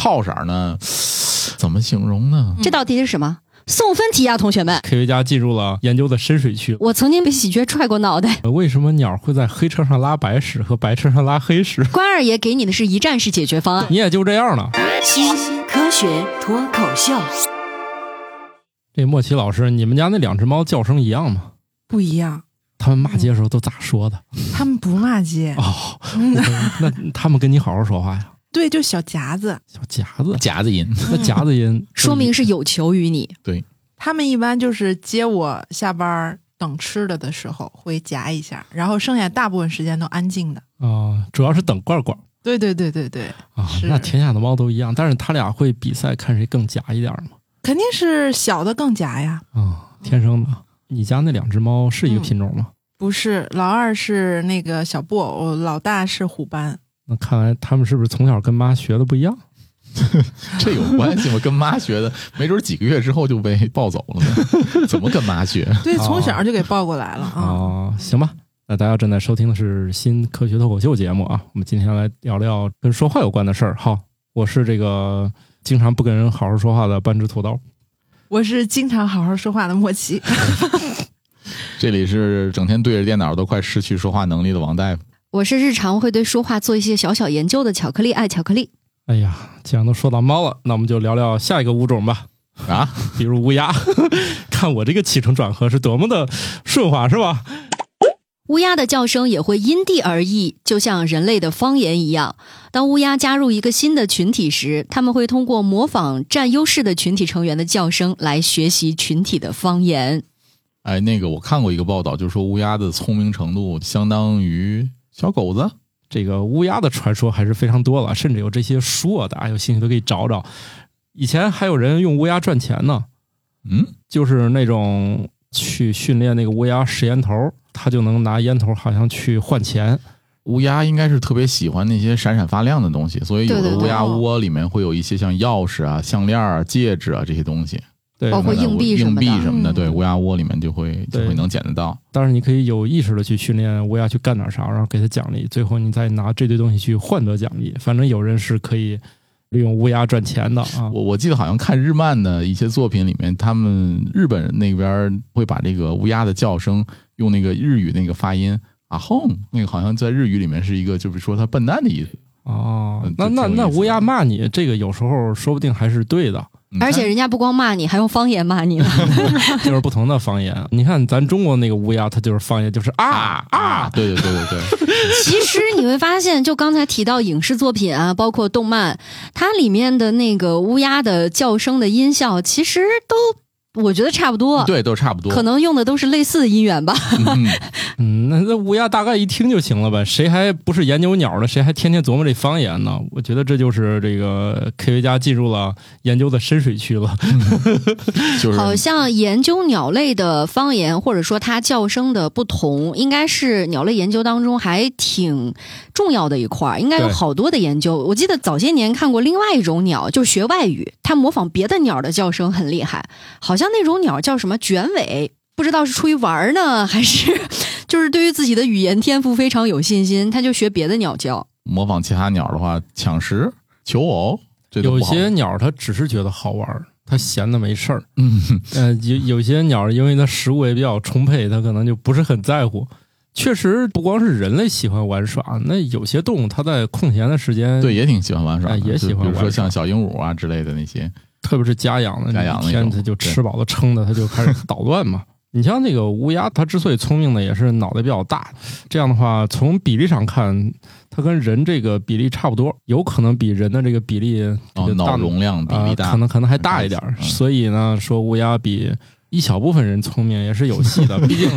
泡色呢，怎么形容呢嗯这道题是什么？送分题啊，同学们！科学家进入了研究的深水区。我曾经被喜鹊踹过脑袋。 呃为什么鸟会在黑车上拉白屎和白车上拉黑屎？ 关二爷给你的是一站式解决方案。你也就这样了。新科学脱口秀，这莫奇老师，你们家那两只猫叫声一样吗？不一样，他们骂街的时候都咋说的？他们不骂街，哦，嗯我 那他们跟你好好说话呀，对，就小夹子，小夹子，夹子音，那夹子 音说明是有求于你，他们一般就是接我下班儿等吃的的时候会夹一下，然后剩下大部分时间都安静的。啊、主要是等罐罐对对对对对，啊。是那天下的猫都一样，但是他俩会比赛看谁更夹一点嘛。肯定是小的更夹呀。啊，天生的。你家那两只猫是一个品种吗？不是，老二是那个小布偶，老大是虎斑。那看来他们是不是从小跟妈学的不一样？ 这有关系吗？跟妈学的，没准几个月之后就被抱走了呢。 怎么跟妈学？对，哦从小就给抱过来了啊、啊。行吧。那大家正在收听的是新科学脱口秀节目啊，我们今天来聊聊跟说话有关的事儿。好，我是这个经常不跟人好好说话的半只土豆。我是经常好好说话的莫 奇。这里是整天对着电脑都快失去说话能力的王大夫。我是日常会对说话做一些小小研究的巧克力爱巧克力。哎呀，既然都说到猫了，那我们就聊聊下一个物种吧，啊，比如乌鸦。 看我这个起承转合是多么的顺滑，是吧？乌鸦的叫声也会因地而异，就像人类的方言一样。当乌鸦加入一个新的群体时，它们会通过模仿占优势的群体成员的叫声来学习群体的方言。哎，那个我看过一个报道，就说乌鸦的聪明程度相当于小狗子。这个乌鸦的传说还是非常多了，甚至有这些书啊，大家有兴趣都可以找找。以前还有人用乌鸦赚钱呢，嗯，就是那种去训练那个乌鸦拾烟头，它就能拿烟头好像去换钱。乌鸦应该是特别喜欢那些闪闪发亮的东西，所以有对对哦的乌对鸦窝里面会有一些像钥匙啊、项链啊、戒指啊这些东西，对，包括那硬币什硬么的币什么的，嗯对，乌鸦窝里面就会就会对能捡得到。当然你可以有意识的去训练乌鸦去干点啥，然后给它奖励，最后你再拿这堆东西去换得奖励。反正有人是可以利用乌鸦赚钱的啊。我我记得好像看日漫的一些作品里面，他们日本那边会把这个乌鸦的叫声用那个日语那个发音啊轰，那个好像在日语里面是一个就是说它笨蛋的意思。哦嗯，那就那挺有那意思的乌鸦骂你，这个有时候说不定还是对的，你看而且人家不光骂你，还用方言骂你呢。 就是不同的方言。你看咱中国那个乌鸦，它就是方言，就是啊啊啊，对对对对对，其实你会发现，就刚才提到影视作品啊，包括动漫，它里面的那个乌鸦的叫声的音效，其实都我觉得差不多，对都差不多。可能用的都是类似的音源吧。嗯嗯，那那乌鸦大概一听就行了呗，谁还不是研究鸟的，谁还天天琢磨这方言呢？我觉得这就是这个科学家进入了研究的深水区了。就是好像研究鸟类的方言，或者说它叫声的不同，应该是鸟类研究当中还挺重要的一块儿，应该有对好多的研究。我记得早些年看过另外一种鸟，就学外语，它模仿别的鸟的叫声很厉害，好像那种鸟叫什么卷尾，不知道是出于玩儿呢，还是 就是对于自己的语言天赋非常有信心，它就学别的鸟叫。模仿其他鸟的话，抢食、求偶，这都有不好些鸟它只是觉得好玩儿，它闲的没事儿。嗯，呃，有有些鸟因为它食物也比较充沛，它可能就不是很在乎。确实，不光是人类喜欢玩耍，那有些动物它在空闲的时间，对，也挺喜欢玩耍的，哎也喜欢就比如玩说耍像小鹦鹉啊之类的那些，特别是家养的，家养的一天那种它就对吃饱了撑的，它就开始捣乱嘛。你像那个乌鸦，它之所以聪明呢，也是脑袋比较大。这样的话，从比例上看，它跟人这个比例差不多，有可能比人的这个比例，这然个后大哦脑容量比例啊、大可，能可能还大一点儿。嗯所以呢，说乌鸦比一小部分人聪明也是有戏的，毕 竟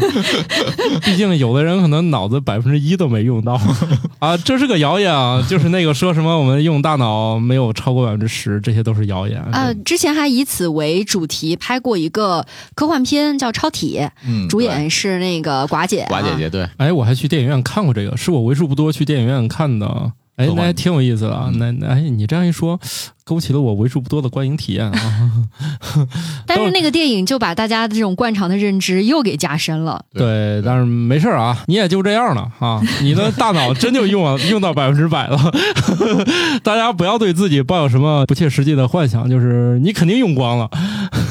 毕竟有的人可能脑子百分之一都没用到 啊，这是个谣言啊，就是那个说什么我们用大脑没有超过百分之十，这些都是谣嗯言。呃，之前还以此为主题拍过一个科幻片叫《超体》，嗯，主对演是那个寡姐、啊寡姐。姐对，哎，我还去电影院看过这个，是我为数不多去电影院看的。哎，科那幻还的挺有意思的啊！嗯那那哎，你这样一说，勾起了我为数不多的观影体验 啊！但是那个电影就把大家的这种惯常的认知又给加深了。对，但是没事儿啊，你也就这样了啊！你的大脑真就用啊用到百分之百了。 大家不要对自己抱有什么不切实际的幻想，就是你肯定用光了，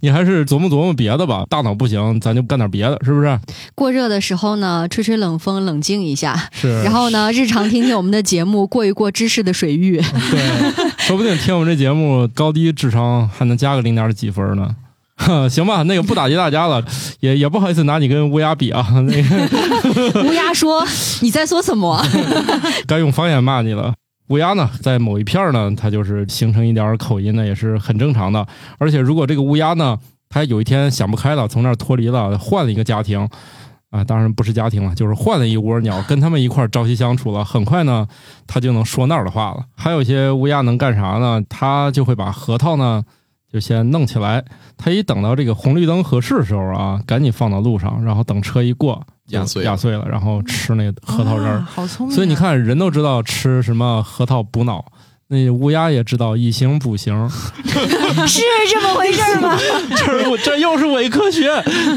你还是琢磨琢磨别的吧。大脑不行，咱就干点别的，是不是？过热的时候呢，吹吹冷风，冷静一下。是。然后呢，日常听听我们的节目，过一过知识的水域。对，说不定听我们这节目，高低智商还能加个零点几分呢。 行吧，那个不打击大家了，也也不好意思拿你跟乌鸦比啊，那个乌鸦说：“你在说什么 该用方言骂你了。乌鸦呢，在某一片儿呢，它就是形成一点儿口音呢，也是很正常的。而且如果这个乌鸦呢，它有一天想不开了，从那儿脱离了，换了一个家庭，啊，当然不是家庭了，就是换了一窝鸟，跟他们一块儿朝夕相处了。很快呢，它就能说那儿的话了。还有一些乌鸦能干啥呢？它就会把核桃呢。就先弄起来，它一等到这个红绿灯合适的时候啊，赶紧放到路上，然后等车一过，就压碎了压碎了，然后吃那个核桃仁儿啊，好聪明、所以你，看，人都知道吃什么核桃补脑，那乌鸦也知道以形补形。？”是这么回事吗？ 这是我这又是伪科学。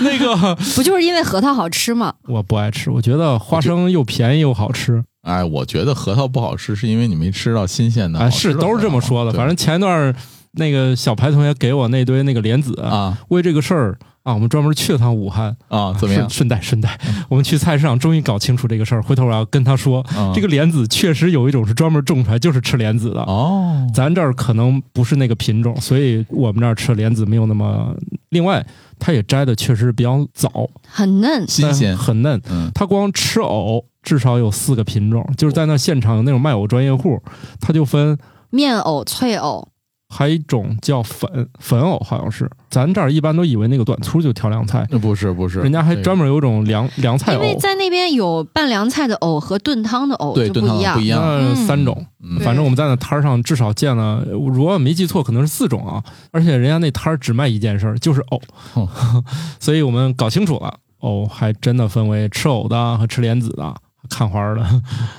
那个不就是因为核桃好吃吗？我不爱吃，我觉得花生又便宜又好 吃。哎，我觉得核桃不好吃，是因为你没吃到新鲜的。啊，好吃是都是这么说的。核桃反正前一段儿那个小排同学给我那堆那个莲子，对啊为这个事儿啊，我们专门去了趟武汉。啊，怎么顺？样顺带顺带，我们去菜市场终于搞清楚这个事儿，回头我要跟他说，嗯这个莲子确实有一种是专门种出来就是吃莲子的。哦，咱这儿可能不是那个品种，所以我们这儿吃莲子没有那么。另外，它也摘的确实比较早，很嫩，新鲜但，很嫩。嗯，它光吃藕至少有四个品种，就是在那现场有那种卖藕专业户，它就分，面藕、脆藕，还有一种叫粉粉藕，好像是。咱这儿一般都以为那个短粗就调凉菜，那不是不是，人家还这个专门有种凉凉菜因为藕，在那边有拌凉菜的藕和炖汤的藕对就炖不汤一不样一。样，那三种。嗯对反正我们在那摊儿上至少见了，如果没记错，可能是四种啊。而且人家那摊儿只卖一件事儿，就是藕，哼 所以我们搞清楚了，藕还真的分为吃藕的和吃莲子的、看花儿的，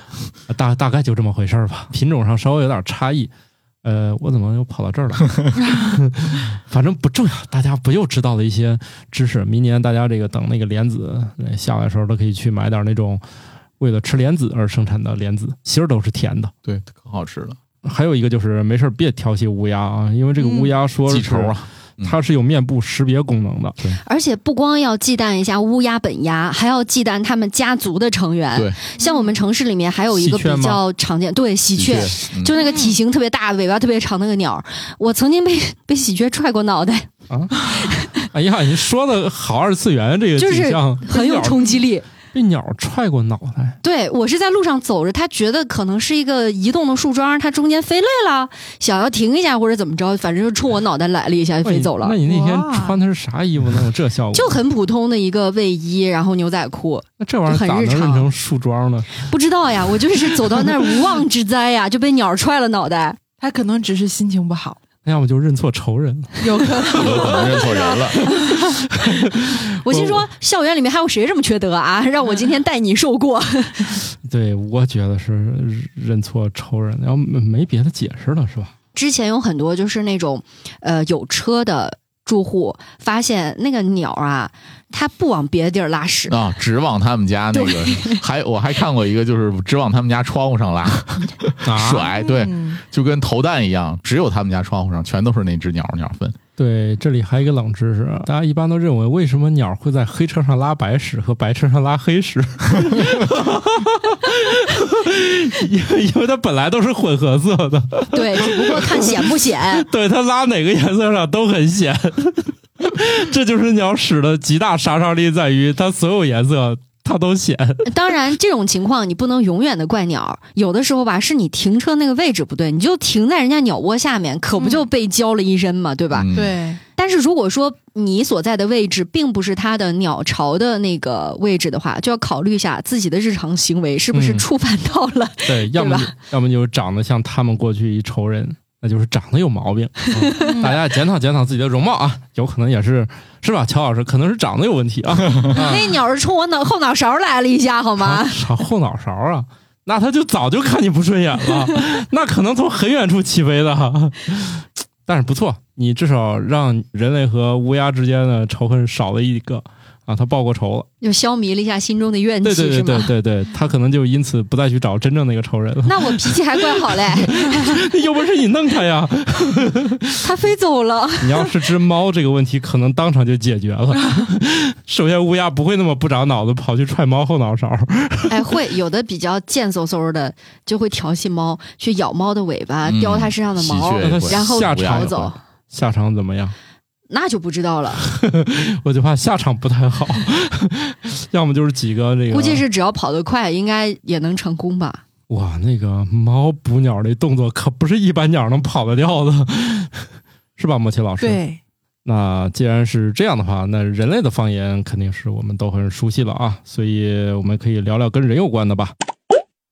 大大概就这么回事儿吧。品种上稍微有点差异。呃，我怎么又跑到这儿了？ 反正不重要，大家不又知道了一些知识。明年大家这个等那个莲子呃下来的时候，都可以去买点那种为了吃莲子而生产的莲子，芯儿都是甜的。对，可好吃了，还有一个就是没事儿别挑剔乌鸦啊，因为这个乌鸦说记是仇，啊，嗯它是有面部识别功能的。而且不光要忌惮一下乌鸦本鸦，还要忌惮他们家族的成员对。像我们城市里面还有一个喜鹊吗比较常见，对喜鹊，嗯就那个体型特别大、尾巴特别长那个鸟儿，我曾经被被喜鹊踹过脑袋，哎呀，你说的好二次元这个就是景象，很有冲击力。被鸟踹过脑袋，对我是在路上走着，它觉得可能是一个移动的树桩，它中间飞累了，想要停一下或者怎么着，反正就冲我脑袋来了一哎下，就飞走了那。你那天哇穿的是啥衣服能有这效果？就很普通的一个卫衣，然后牛仔裤，那这玩意儿就很咋能日认常成树桩呢？不知道呀，我就是走到那儿无妄之灾呀，就被鸟儿踹了脑袋。他可能只是心情不好，那要么就认错仇人了。有可嗯有可能认错人了，我心说，校园里面还有谁这么缺德啊？让我今天带你受过。对，我觉得是认错仇人，然后没没别的解释了，是吧？之前有很多就是那种呃有车的住户发现那个鸟啊，它不往别的地儿拉屎，啊，只往他们家那个，还我还看过一个，就是只往他们家窗户上拉啊甩，对，嗯就跟投弹一样，只有他们家窗户上全都是那只鸟鸟粪，对，这里还有一个冷知识，大家一般都认为为什么鸟会在黑车上拉白屎和白车上拉黑屎？ 因为因为它本来都是混合色的，。对，只不过看显不显对它拉哪个颜色上都很显。这就是鸟屎的极大杀伤力，在于它所有颜色它都显。当然，这种情况你不能永远的怪鸟，有的时候吧，是你停车那个位置不对，你就停在人家鸟窝下面，可不就被浇了一身嘛，对吧？嗯，对，但是如果说你所在的位置并不是它的鸟巢的那个位置的话，就要考虑一下自己的日常行为是不是嗯触犯到了对，要么对就要么就是长得像他们过去一仇人，那就是长得有毛病。嗯大家也检讨检讨自己的容貌啊，有可能也是是吧？乔老师可能是长得有问题啊，嗯 那鸟儿冲我脑后脑勺来了一下，好吗？啥后脑勺啊？那他就早就看你不顺眼了， 那可能从很远处起飞的。 但是不错，你至少让人类和乌鸦之间的仇恨少了一个啊，他报过仇了。就消弭了一下心中的怨气，对对对是对吗？对对，他可能就因此不再去找真正那个仇人了。 那我脾气还怪好嘞，又不是你弄他呀，它飞 走了。你要是只猫，这个问题可能当场就解决了。 首先，乌鸦不会那么不长脑子跑去踹猫后脑勺。哎，会有的比较贱嗖嗖的，就会调戏猫，去咬猫的尾巴，嗯叼它身上的毛喜，鹊会然后下场逃也走会，下场怎么样？那就不知道了。我就怕下场不太好， 要么就是几个这个，估计是只要跑得快，应该也能成功吧。哇，那个猫捕鸟这动作可不是一般鸟能跑得掉的，是吧，莫奇老师？。对，那既然是这样的话，那人类的方言肯定是我们都很熟悉了啊，所以我们可以聊聊跟人有关的吧。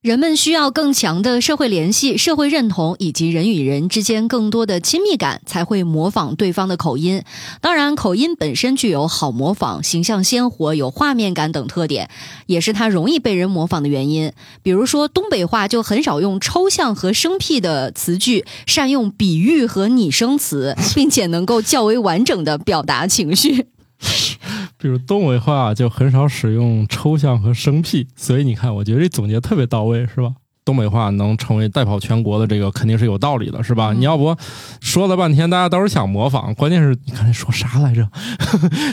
人们需要更强的社会联系、社会认同，以及人与人之间更多的亲密感，才会模仿对方的口音。当然，口音本身具有好模仿、形象鲜活、有画面感等特点，也是它容易被人模仿的原因。比如说，东北话就很少用抽象和生僻的词句，善用比喻和拟声词，并且能够较为完整的表达情绪。比如东北话就很少使用抽象和生僻，所以你看，我觉得这总结特别到位，是吧？东北话能成为带跑全国的这个肯定是有道理的，是吧？嗯你要不说了半天，大家都是想模仿，关键是 你刚才说啥来着？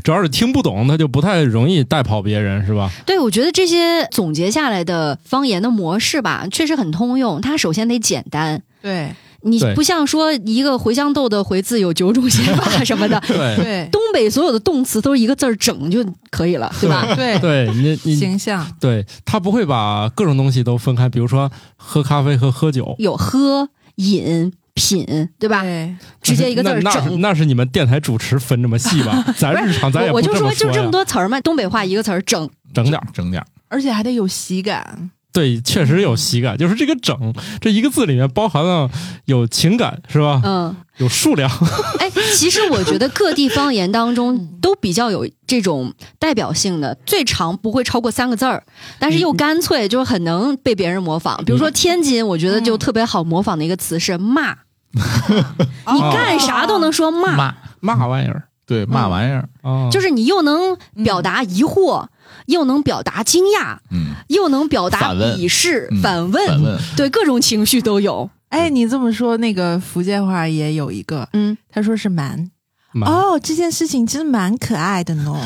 主要是听不懂，他就不太容易带跑别人，是吧？对，我觉得这些总结下来的方言的模式吧，确实很通用。它首先得简单，对你对不像说一个茴香豆的“回”字有九种写 法什么的， 对对东北所有的动词都是一个字儿整就可以了，对吧？对 对，你你形象，对他不会把各种东西都分开，比如说喝咖啡和喝酒，有喝、饮、品，对吧？对直接一个字儿那那是整。那是你们电台主持分这么细 吧？咱日常咱也不我我就这么说，就这呀么多词儿嘛，东北话一个词儿 整，整点儿。整点儿，而且还得有喜感，对，确实有喜感，就是这个“整”这一个字里面包含了有情感，是吧？嗯，有数量，哎，其实我觉得各地方言当中都比较有这种代表性的，最长不会超过三个字儿，但是又干脆，就是很能被别人模仿。比如嗯说天津，我觉得就特别好模仿的一个词是骂，你你干啥都能说骂，骂嘛玩意儿对骂嗯玩意儿，啊？就是是你又能嗯表达疑惑，又能表达惊讶，嗯，又能表达反问鄙视、嗯反反 问，问对各种情绪都有。哎，你这么说，那个福建话也有一个，嗯，他说是蛮嘛哦，这件事情真蛮可爱的 呢。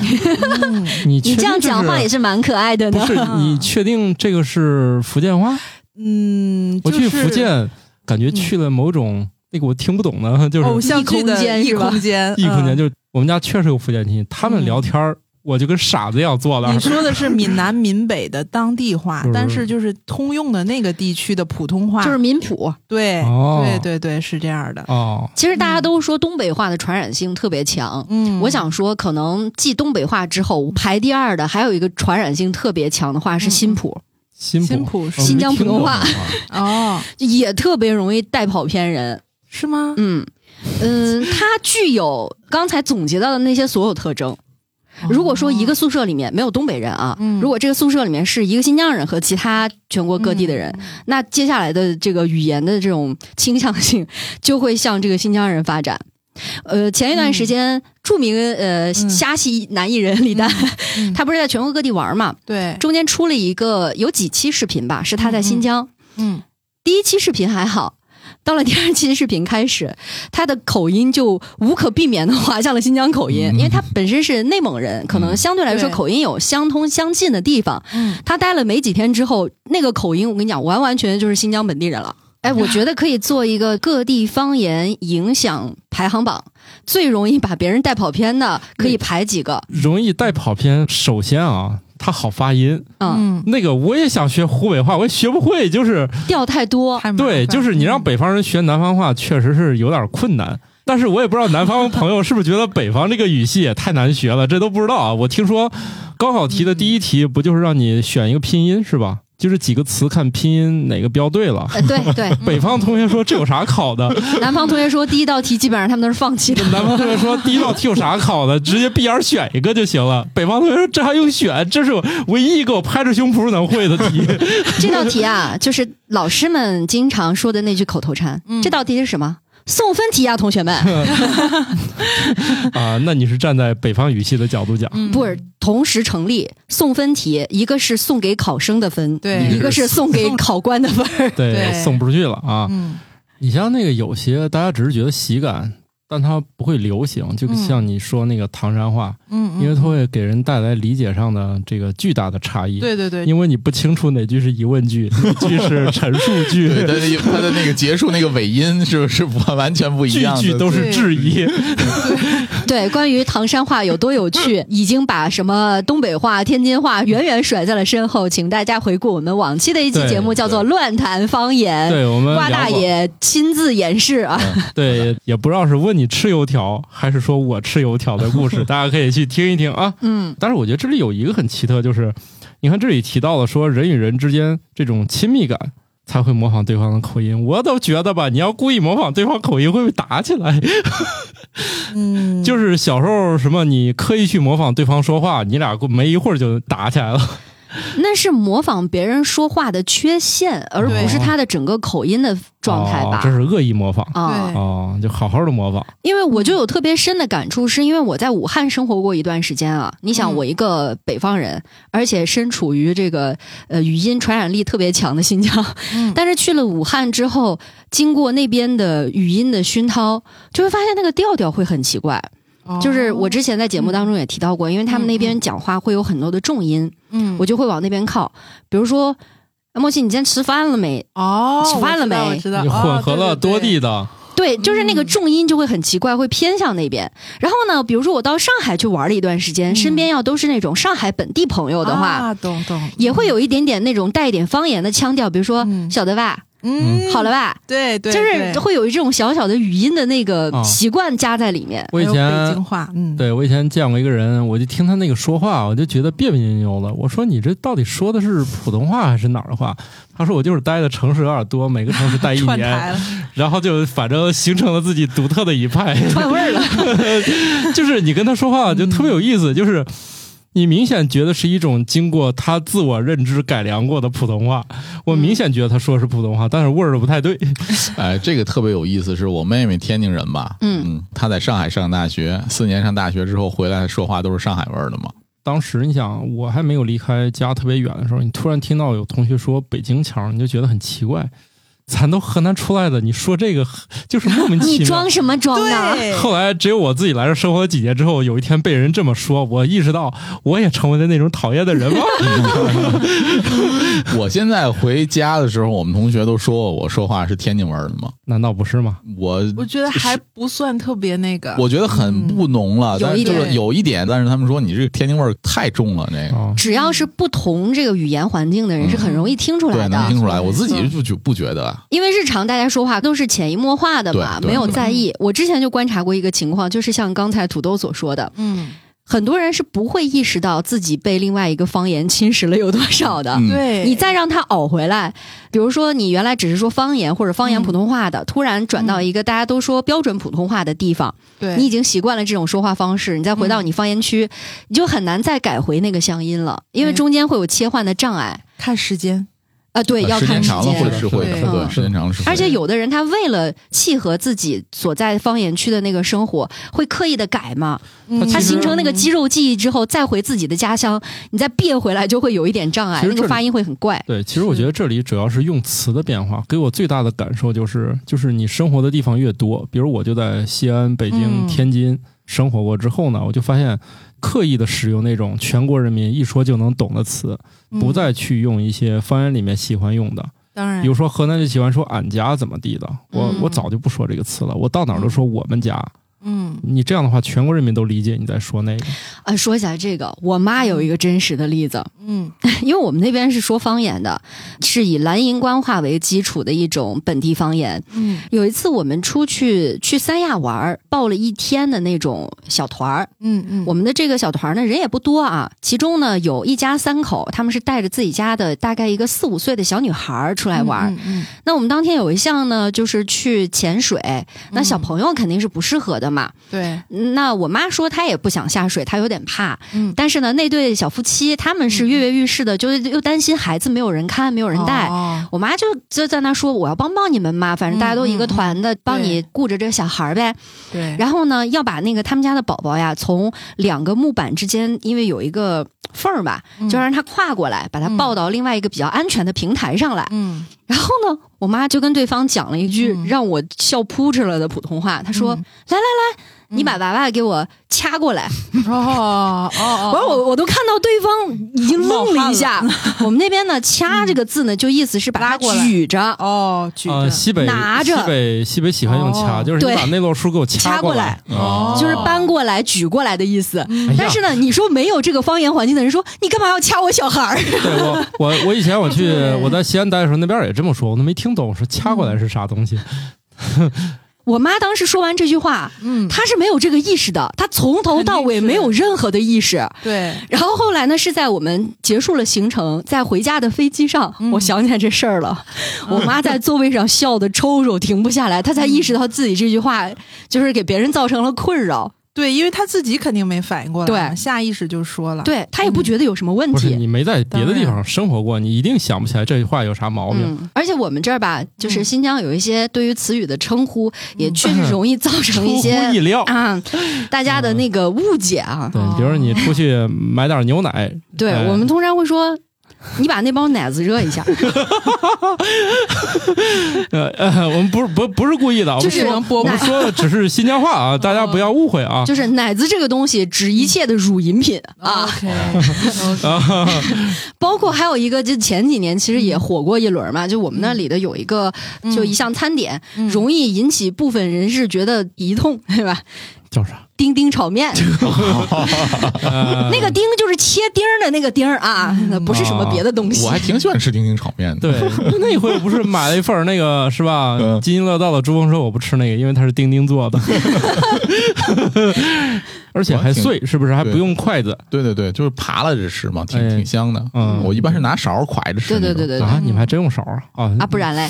嗯你你确这定样讲话啊是也是蛮可爱的不呢。 是？嗯你确定这个是福建话？嗯，我就去是福建，感觉去了某种那个我听不懂的， 就是偶像剧的异空间是吧空间， 异空间，嗯就是我们家确实有福建亲戚，他们聊天儿，我就跟傻子一样坐那嗯你儿。说的是闽南、闽北的当地话就是，但是就是通用的那个地区的普通话，就是民谱，对哦对对对，是这样的。哦，其实大家都说东北话的传染性特别强，嗯，我想说，可能继东北话之后排第二的，还有一个传染性特别强的话是新浦，新新浦浦是新疆普通话哦我没听懂啊哦，也特别容易带跑偏人。是吗？嗯嗯，它具有刚才总结到的那些所有特征。如果说一个宿舍里面没有东北人啊，哦嗯如果这个宿舍里面是一个新疆人和其他全国各地的人，嗯那接下来的这个语言的这种倾向性就会向这个新疆人发展。呃，前一段时间，著名呃嗯虾戏男艺人李诞，嗯 他不是在全国各地玩嘛？对，中间出了一个有几期视频吧，是他在新疆。嗯，第一期视频还好，到了第二期视频开始，他的口音就无可避免的滑向了新疆口音，嗯因为他本身是内蒙人，可能相对来说对口音有相通相近的地方。嗯他待了没几天之后，那个口音我跟你讲，完完全全就是新疆本地人了。哎，我觉得可以做一个各地方言影响排行榜，最容易把别人带跑偏的可以排几个。容易带跑偏。首先啊，它好发音，嗯，嗯，那个我也想学湖北话，我也学不会，就是调太多，太麻烦嗯对，就是你让北方人学南方话，确实是有点困难。但是我也不知道南方朋友是不是觉得北方这个语系也太难学了，这都不知道啊。我听说高考题的第一题不就是让你选一个拼音是吧？就是几个词看拼音哪个标对了。嗯呃，对对， 北方同学说这有啥考的？ 南方同学说第一道题基本上他们都是放弃的。南方同学说第一道题有啥考的？直接闭眼选一个就行了。北方同学说这还用选？这是我唯一一个我拍着胸脯能会的题。 这道题啊，就是老师们经常说的那句口头禅。嗯这道题是什么？送分题啊，同学们，嗯啊，那你是站在北方语系的角度讲，嗯不是同时成立送分题，一个是送给考生的分，对一个是送给考官的 分儿。对，对送不出去了啊。嗯你像那个有些大家只是觉得喜感，但它不会流行，就嗯像你说那个唐山话，嗯，嗯因为它会给人带来理解上的这个巨大的差异。对对对，因为你不清楚哪句是疑问句，哪句是陈述句，对，但是它的那个结束那个尾音是是完完全不一句样的，句都是对质疑。对，关于唐山话有多有 趣，已经把什么东北话、天津话远远甩在了身后。请大家回顾我们往期的一期对节目，叫做《对乱谈方言》。 对我们瓜聊大过，爷亲自演示啊！对也不知道是问你吃油条，还是说我吃油条的故事，大家可以去听一听啊。嗯但是我觉得这里有一个很奇特，就是你看这里提到了说人与人之间这种亲密感才会模仿对方的口音，我都觉得吧，你要故意模仿对方口音会被打起来。嗯，就是小时候什么你刻意去模仿对方说话，你俩过没一会儿就打起来了。那是模仿别人说话的缺陷，而对不是他的整个口音的状态哦这吧？是恶意模仿。啊、对哦，就好好的模仿，因为我就有特别深的感触，是因为我在武汉生活过一段时间啊。你想，嗯我一个北方人，而且身处于这个呃语音传染力特别强的新疆，嗯 但是去了武汉之后，经过那边的语音的熏陶，就会发现那个调调会很奇怪。哦就是我之前在节目当中也提到过，因为他们那边讲话会有很多的重音，嗯我就会往那边靠。比如说，啊莫西，你今天吃饭了没？哦，吃饭了没我知道，你我知道混合了多。哦对对对地的，对，就是嗯那个重音就会很奇怪，会偏向那边。然后呢，比如说我到上海去玩了一段时间，嗯身边要都是那种上海本地朋友的话，啊懂懂，也会有一点点那种带一点方言的腔调，比如说嗯小的吧，嗯，好了，吧，对对，就是会有这种小小的语音的那个哦习惯加在里面。我以前北京话，嗯，对，我以前见过一个人，我就听他那个说话，我就觉得别别扭扭的。我说你这到底说的是普通话还是哪儿的话？他说我就是待的城市有点多，每个城市待一串年，台了，然后就反正形成了自己独特的一派。 串味儿了，就是你跟他说话就特别有意思，就是你明显觉得是一种经过他自我认知改良过的普通话。我嗯明显觉得他说的是普通话，但是味儿不太对。哎，这个特别有意思，是我妹妹天津人吧？嗯嗯，她在上海上大学，四年上大学之后回来说话都是上海味儿的嘛。当时你想，我还没有离开家特别远的时候，你突然听到有同学说北京腔，你就觉得很奇怪。咱都河南出来的，你说这个就是莫名其 你妙装。什么装啊？对，后来只有我自己来这生活了几年之后，有一天被人这么说，我意识到我也成为了那种讨厌的人了。我现在回家的时候，我们同学都说我说话是天津味儿的嘛。 难道不是吗？我我觉得还不算特别那个，我觉得很不浓了，呃嗯但有是一就点是有一点，但是他们说你这个天津味儿太重了，这个。哦，只要是不同这个语言环境的人，嗯是很容易听出对，来能的嗯听。出来，我自己没就就不觉得啊，因为日常大家说话都是潜移默化的嘛，对对没有在意。我之前就观察过一个情况，就是像刚才土豆所说的，嗯，很多人是不会意识到自己被另外一个方言侵蚀了有多少的。嗯对，你再让他熬回来，比如说你原来只是说方言或者方言普通话的，嗯突然转到一个大家都说标准普通话的地方，对，你已经习惯了这种说话方式，你再回到你方言区，你就很难再改回那个乡音了，因为嗯对中间会有切换的障碍。看时间，啊，对，要呃时看间时长了间。会是会的，对对，嗯时间长了是会的。而且有的人他为了契合自己所在方言区的那个生活，会刻意的改嘛。嗯他其实形成那个肌肉记忆之后，再回自己的家乡，你再别回来就会有一点障碍，其实那个这发音会很怪。对，其实我觉得这里主要是用词的变化，给我最大的感受就是，就是你生活的地方越多，比如我就在西安、北京、嗯天津生活过之后呢，我就发现刻意的使用那种全国人民一说就能懂的词，不嗯再去用一些方言里面喜欢用的，当然比如说河南就喜欢说俺家怎么地的，我嗯我早就不说这个词了，我到哪儿都说我们家，嗯嗯，你这样的话，全国人民都理解你在说那个。啊，说起来这个，我妈有一个真实的例子， 嗯因为我们那边是说方言的，是以兰银官话为基础的一种本地方言。嗯有一次我们出去去三亚玩儿，报了一天的那种小团儿。嗯嗯，我们的这个小团儿呢，人也不多啊，其中呢有一家三口，他们是带着自己家的大概一个四五岁的小女孩儿出来玩儿。嗯，嗯那我们当天有一项呢，就是去潜水，那小朋友肯定是不适合的嘛。嗯对，那我妈说她也不想下水，她有点怕。嗯，但是呢，那对小夫妻他们是跃跃欲试的，就是又担心孩子没有人看，没有人带。哦我妈就就在那说：“我要帮帮你们嘛，反正大家都嗯一个团的，帮你顾着这个小孩儿呗。对，然后呢，要把那个他们家的宝宝呀，从两个木板之间，因为有一个缝儿吧，嗯就让他跨过来，把他抱到另外一个比较安全的平台上来。嗯，然后呢，我妈就跟对方讲了一句嗯让我笑扑哧了的普通话，她说：“嗯来来来，嗯你把娃娃给我掐过来。”哦哦 哦，我说我我都看到对方已经愣了一下。 我们那边呢，掐这个字呢，就意思是把它嗯拉过来举着。哦举啊、着西北拿着西北西北喜欢用掐，哦就是你对把那摞书给我掐过过来，嗯哦就是搬过来、举过来的意思。哎呀但是呢，你说没有这个方言环境的人说，你干嘛要掐我小孩儿？对我我我以前我 去我在西安待的时候，那边也这么说，我都没听懂，说掐嗯过来是啥东西。我妈当时说完这句话，嗯，她是没有这个意识的，她从头到尾肯定是没有任何的意识。对，然后后来呢，是在我们结束了行程，在回家的飞机上，嗯我想起来这事儿了。嗯我妈在座位上笑的抽抽停不下来，她才意识到自己这句话就是给别人造成了困扰。对，因为他自己肯定没反应过来，对下意识就说了，，对她也不觉得有什么问不是题。你没在别的地当方生活过，你一定想不起来这句话有啥毛病。嗯，而且我们这儿吧，就是新疆有一些对于词语的称呼，也确实容易造嗯 出成一乎些意料，啊，大家的那个误解啊。对，比如说你出去买点牛奶，对哎我们通常会说，你把那包奶子热一 下，呃，呃我们不是不不是故意的，我就们是说我奶哦们说的只是新疆话啊，大家不要误会啊。就是奶子这个东西指一切的乳饮品啊。 ，OK，啊，包括还有一个，就前几年其实也火过一轮嘛，就我们那里的有一个，就一项餐点、容易引起部分人士觉得疑痛， 对吧？叫啥？丁丁炒面，呃 那个丁就是切丁儿的那个丁儿啊，那不是什么别的东西。 哦我还挺喜欢吃丁丁炒面的。对，那回我不是买了一份儿那个是吧嗯？津津乐道的珠峰说我不吃那个，因为它是钉钉 做的， 而且还碎，是不是？还不用筷子对对对，就是扒拉着吃嘛，挺哎挺香的。嗯我一般是拿勺儿蒯着吃对那种。对对对对啊？你们还真用勺儿啊？啊，不然嘞，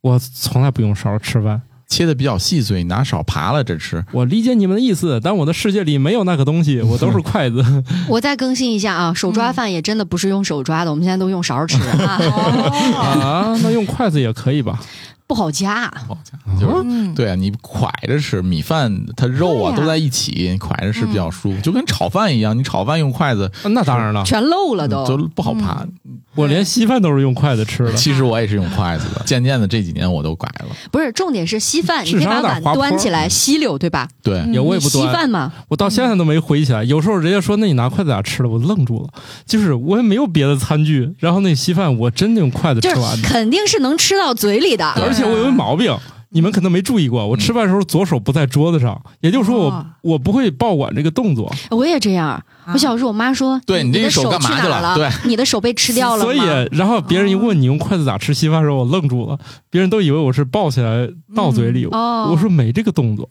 我从来不用勺儿吃饭。切的比较细碎，拿勺扒拉着吃。我理解你们的意思，但我的世界里没有那个东西，我都是筷子。 我再更新一下啊，手抓饭也真的不是用手抓的，我们现在都用勺吃 啊，哦，啊，那用筷子也可以吧？不好夹。好家哦伙，就是嗯，对啊，你蒯着吃，米饭它肉对啊哎呀嗯都在一起，你蒯着吃比较舒服，就跟炒饭一样，你炒饭用筷子啊那当然了，全漏了都。都不好扒。嗯我连稀饭都是用筷子吃的。其实我也是用筷子的，渐渐的这几年我都改了。不是，重点是稀饭，你智可以把商有点碗滑坡端起来吸溜，对吧？对，也我也不你嗯稀端，饭嘛，我到现在都没回忆起来。有时候人家说：“那你拿筷子咋吃的？”我愣住了，就是我也没有别的餐具，然后那稀饭我真的用筷子就吃完是的，肯定是能吃到嘴里的。而且我有一毛病。你们可能没注意过，我吃饭的时候左手不在桌子上，也就是说我哦我不会抱管这个动作，我也这样，啊我小时候我妈说，对你你这的手干去嘛哪去儿了了？对，你的手被吃掉了吗所以，然后别人一问你用筷子咋吃稀饭的时候，我愣住了，别人都以为我是抱起来到嘴里，哦，我说没这个动作，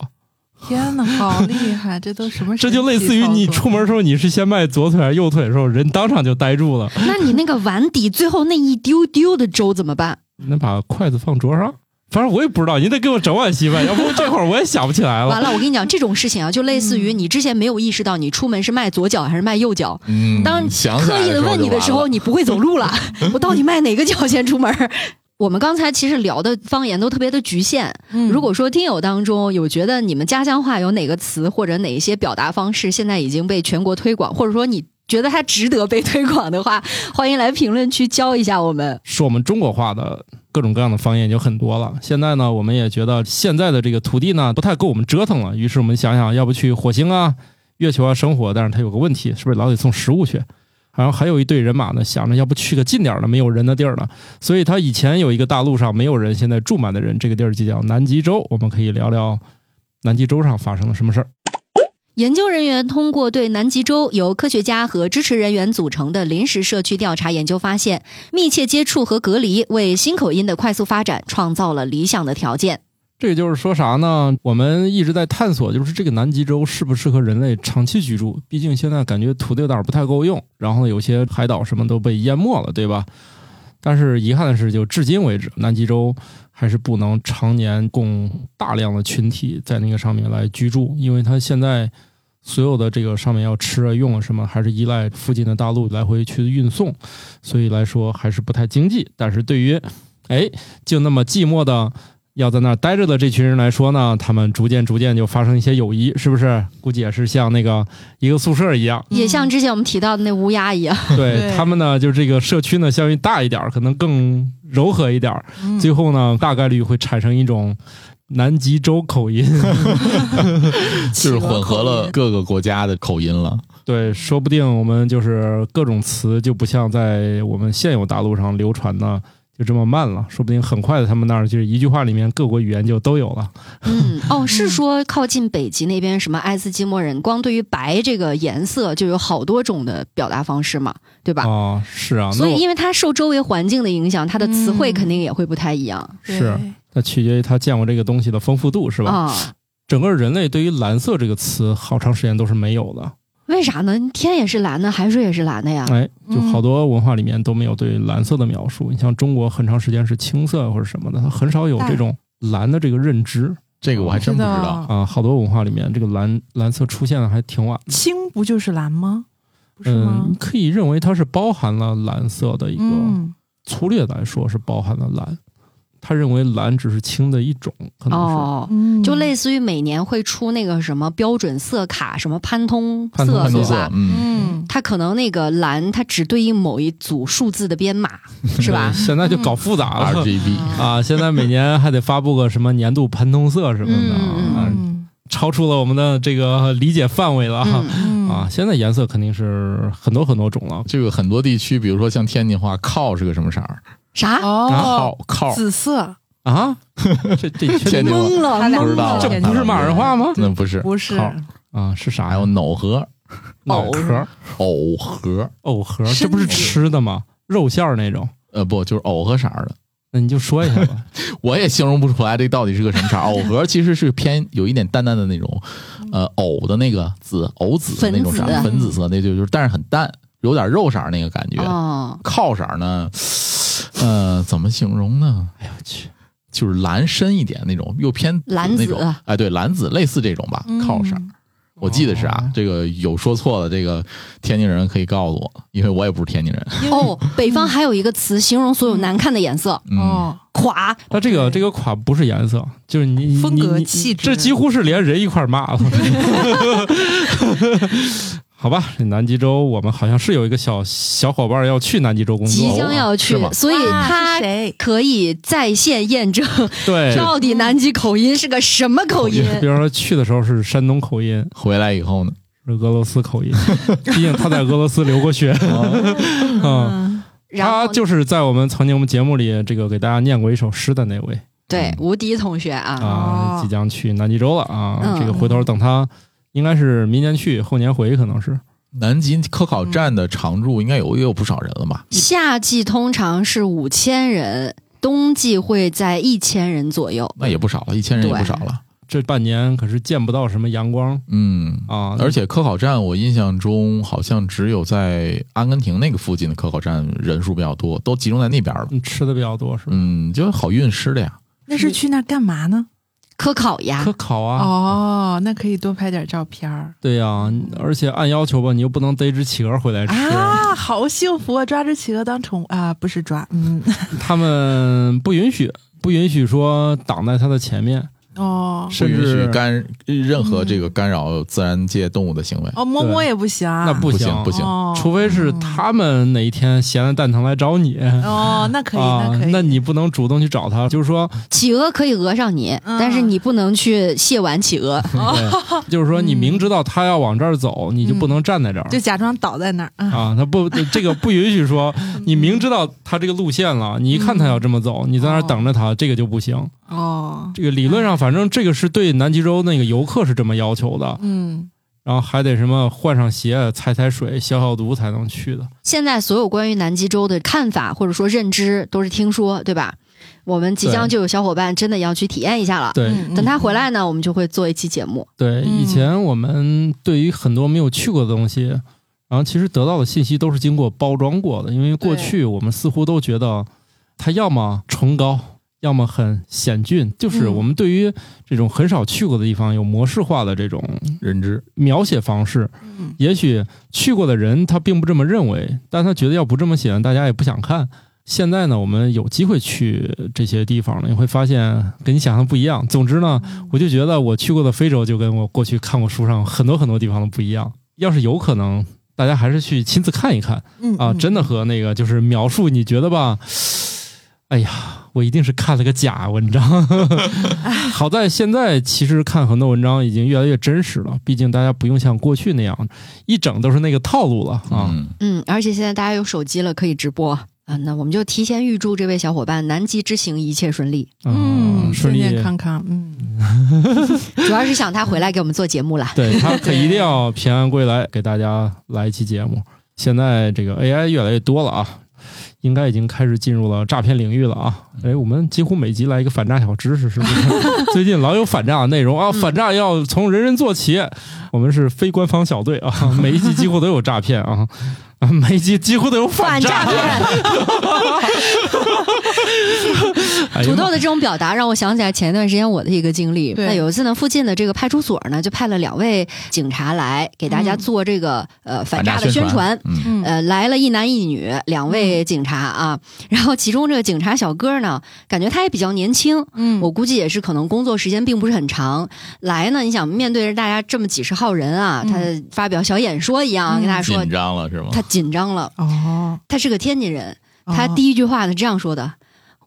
天哪，好厉害，这都什么？这就类似于你出门的时候，你是先迈左腿还是右腿的时候，人当场就呆住了。那你那个碗底最后那一丢丢的粥怎么办？能把筷子放桌上？反正我也不知道，你得给我整碗稀饭，要不这会儿我也想不起来完了。了，我跟你讲，这种事情啊，就类似于你之前没有意识到你出门是迈左脚还是迈右脚，嗯，当想起刻来意的时候问就你的时完候，了，你不会走路 了。我到底迈哪个脚先出门 儿？我们刚才其实聊的方言都特别的局限。嗯如果说听友当中有觉得你们家乡话有哪个词或者哪一些表达方式现在已经被全国推广，或者说你觉得它值得被推广的话， 欢迎来评论区教一下我们。说我们中国话的各种各样的方言有很多了。现在呢，我们也觉得现在的这个土地呢不太够我们折腾了，于是我们想想，要不去火星啊、月球啊生活，但是它有个问题，是不是老得送食物去？然后还有一队人马呢，想着要不去个近点儿的没有人的地儿呢，所以他以前有一个大陆上没有人，现在住满的人，这个地儿就叫南极洲。我们可以聊聊南极洲上发生了什么事儿。研究人员通过对南极洲由科学家和支持人员组成的临时社区调查研究发现，密切接触和隔离为新口音的快速发展创造了理想的条件。这也就是说啥呢？我们一直在探索，就是这个南极洲适不适合人类长期居住。毕竟现在感觉土地有点不太够用，然后呢，有些海岛什么都被淹没了，对吧？但是遗憾的是，就至今为止，南极洲还是不能常年供大量的群体在那个上面来居住，因为它现在所有的这个上面要吃啊、用啊什么，还是依赖附近的大陆来回去运送，所以来说还是不太经济。但是对于哎，就那么寂寞的要在那儿待着的这群人来说呢，他们逐渐逐渐就发生一些友谊，是不是？估计也是像那个一个宿舍一样，也像之前我们提到的那乌鸦一样，对对他们呢，就是这个社区呢，相对大一点儿，可能更柔和一点儿，嗯最后呢，大概率会产生一种南极洲口音，就是混合了各个国家的口音了。对，说不定我们就是各种词就不像在我们现有大陆上流传的就这么慢了，说不定很快他们那儿就是一句话里面各国语言就都有了。嗯，哦，是说靠近北极那边什么爱斯基摩人，光对于白这个颜色就有好多种的表达方式嘛，对吧？哦，是啊，所那以，我因为它受周围环境的影响，它的词汇嗯肯定也会不太一样是那取决于他见过这个东西的丰富度，是吧？啊、整个人类对于蓝色这个词，好长时间都是没有啊的。为啥呢？天也是蓝的，海水也是蓝的呀。哎，就嗯好多文化里面都没有对蓝色的描述。你像中国很长时间是青色或者什么的，它很少有这种蓝的这个认知这个我还真不知嗯道。啊。好多文化里面这个蓝蓝色出现的还挺晚。青不就是蓝吗？不是吗嗯，？可以认为它是包含了蓝色的一个，嗯，粗略来说是包含了蓝。他认为蓝只是青的一种，可能是。哦，嗯就类似于每年会出那个什么标准色卡，什么潘通潘通色，潘多对色吧，？嗯，嗯，它可能那个蓝，它只对应某一组数字的编码，是吧嗯对？现在就搞复杂了。 RGB，啊，现在每年还得发布个什么年度潘通色什么的，嗯啊嗯超出了我们的这个理解范围了、嗯，嗯啊！，现在颜色肯定是很多很多种了，这个很多地区，比如说像天津话，靠是个什么色 儿？啥？哦靠，靠，紫色啊， 这这确天津定话懵了，他俩不懵知道了了，这不是马儿话吗？那不是，不是靠嗯啊，是啥还有呀？藕盒，脑壳、藕盒，藕盒，身体这不是吃的吗？肉馅儿那种，呃，不就是藕和色儿的？那你就说一下 吧。我也形容不出来这到底是个什么色儿。藕盒其实是偏有一点淡淡的那种，呃，藕的那个紫，藕紫的那种色嗯儿，粉啊紫粉紫色，那就就是，但是很淡，有点肉色儿那个感觉。哦，靠色儿呢，呃，怎么形容呢？哎呦我去，就是蓝深一点那种，又偏紫蓝紫啊嗯那种，哎，对，蓝紫类似这种吧，嗯靠色儿。我记得是啊，哦这个有说错的，这个天津人可以告诉我，因为我也不是天津人。哦，北方还有一个词形容所有难看的颜 色，嗯，哦，垮。那这个这个垮不是颜色，就是你你风格你气质这几乎是连人一块儿 骂了。好吧，这南极洲我们好像是有一个小小伙伴要去南极洲工作，即将要去是吗，所以哇他是谁？可以在线验证对，到底南极口音是个什么口音。比方说去的时候是山东口音，回来以后呢，是俄罗斯口音，毕竟他在俄罗斯留过学，嗯。嗯， 然他后就是在我们曾经我们节目里这个给大家念过一首诗的那位对无敌同学啊，啊，哦即将去南极洲了啊嗯！这个回头等他应该是明年去，后年回可能是南极科考站的常驻应该有也有不少人了吧？夏季通常是五千人，冬季会在一千人左右。那也不少了，一千人也不少了。这半年可是见不到什么阳光嗯，啊！而且科考站我印象中好像只有在阿根廷那个附近的科考站人数比较多，都集中在那边了。嗯吃的比较多是吧？嗯，就好运尸的呀。那是去那儿干嘛呢？科考呀科，考啊，哦，那可以多拍点照片儿对呀、而且按要求吧，你又不能逮只企鹅回来吃。啊，好幸福啊！抓只企鹅当宠物啊，不是抓，嗯，他们不允许，不允许说挡在它的前面，哦不甚允许至干呃任何这个干扰自然界动物的行为，哦，摸摸也不行啊，那不不行不行。哦，除非是他们哪一天闲的蛋疼来找你。哦，那可以，啊那可，以，那你不能主动去找他，就是说，企鹅可以讹上你，嗯但是你不能去卸碗企鹅。哦对就是嗯说，你明知道他要往这儿走，你就不能站在这儿就假装倒在那儿啊， 啊。他不，这个不允许说，你明知道他这个路线了，你一看他要这么走，你在那儿等着他，这个就不行。哦，这个理论上，反正这个是对南极洲那个游客是这么要求的，嗯，然后还得什么换上鞋、踩踩水、消消毒才能去的。现在所有关于南极洲的看法或者说认知都是听说，对吧？我们即将对就有小伙伴真的要去体验一下了。对、嗯等他回来呢，我们就会做一期节目。对，以前我们对于很多没有去过的东西，然后其实得到的信息都是经过包装过的，因为过去我们似乎都觉得它要么崇高，要么很险峻，就是嗯我们对于这种很少去过的地方有模式化的这种认知描写方式。嗯也许去过的人他并不这么认为，但他觉得要不这么写，大家也不想看。现在呢，我们有机会去这些地方了，你会发现跟你想象不一样。总之呢，我就觉得我去过的非洲就跟我过去看过书上很多很多地方都不一样。要是有可能，大家还是去亲自看一看 嗯啊，真的和那个就是描述，你觉得吧？哎呀，我一定是看了个假文章。 好在现在其实看很多文章已经越来越真实了，毕竟大家不用像过去那样一整都是那个套路了啊。嗯嗯，而且现在大家有手机了，可以直播啊。那我们就提前预祝这位小伙伴南极之行一切顺利，啊嗯，顺健利。健康康，嗯，主要是想他回来给我们做节 目了。对他可一定要平安归来，给大家来一期节目。现在这个 AI 越来越多了啊，应该已经开始进入了诈骗领域了啊。哎，我们几乎每集来一个反诈小知识，是不 是？最近老有反诈的内容嗯啊，反诈要从人人做起。我们是非官方小队啊，每一集几乎都有诈骗啊， 啊，每一集几乎都有反诈诈。骗，哎呀 土豆的这种表达让我想起来前一段时间我的一个经历。哎对那有一次呢，附近的这个派出所呢，就派了两位警察来给大家嗯做这个、呃反反诈的宣宣传。，嗯，嗯呃，来了一男一女两位警察啊，然后其中这个警察小哥呢，感觉他也比较年轻，嗯，我估计也是可能工作时间并不是很长。来呢，你想面对着大家这么几十号人啊，嗯他发表小演说一样、嗯跟大家说紧，张了是吗？他紧张了。哦，他是个天津人，哦他第一句话呢这样说的：“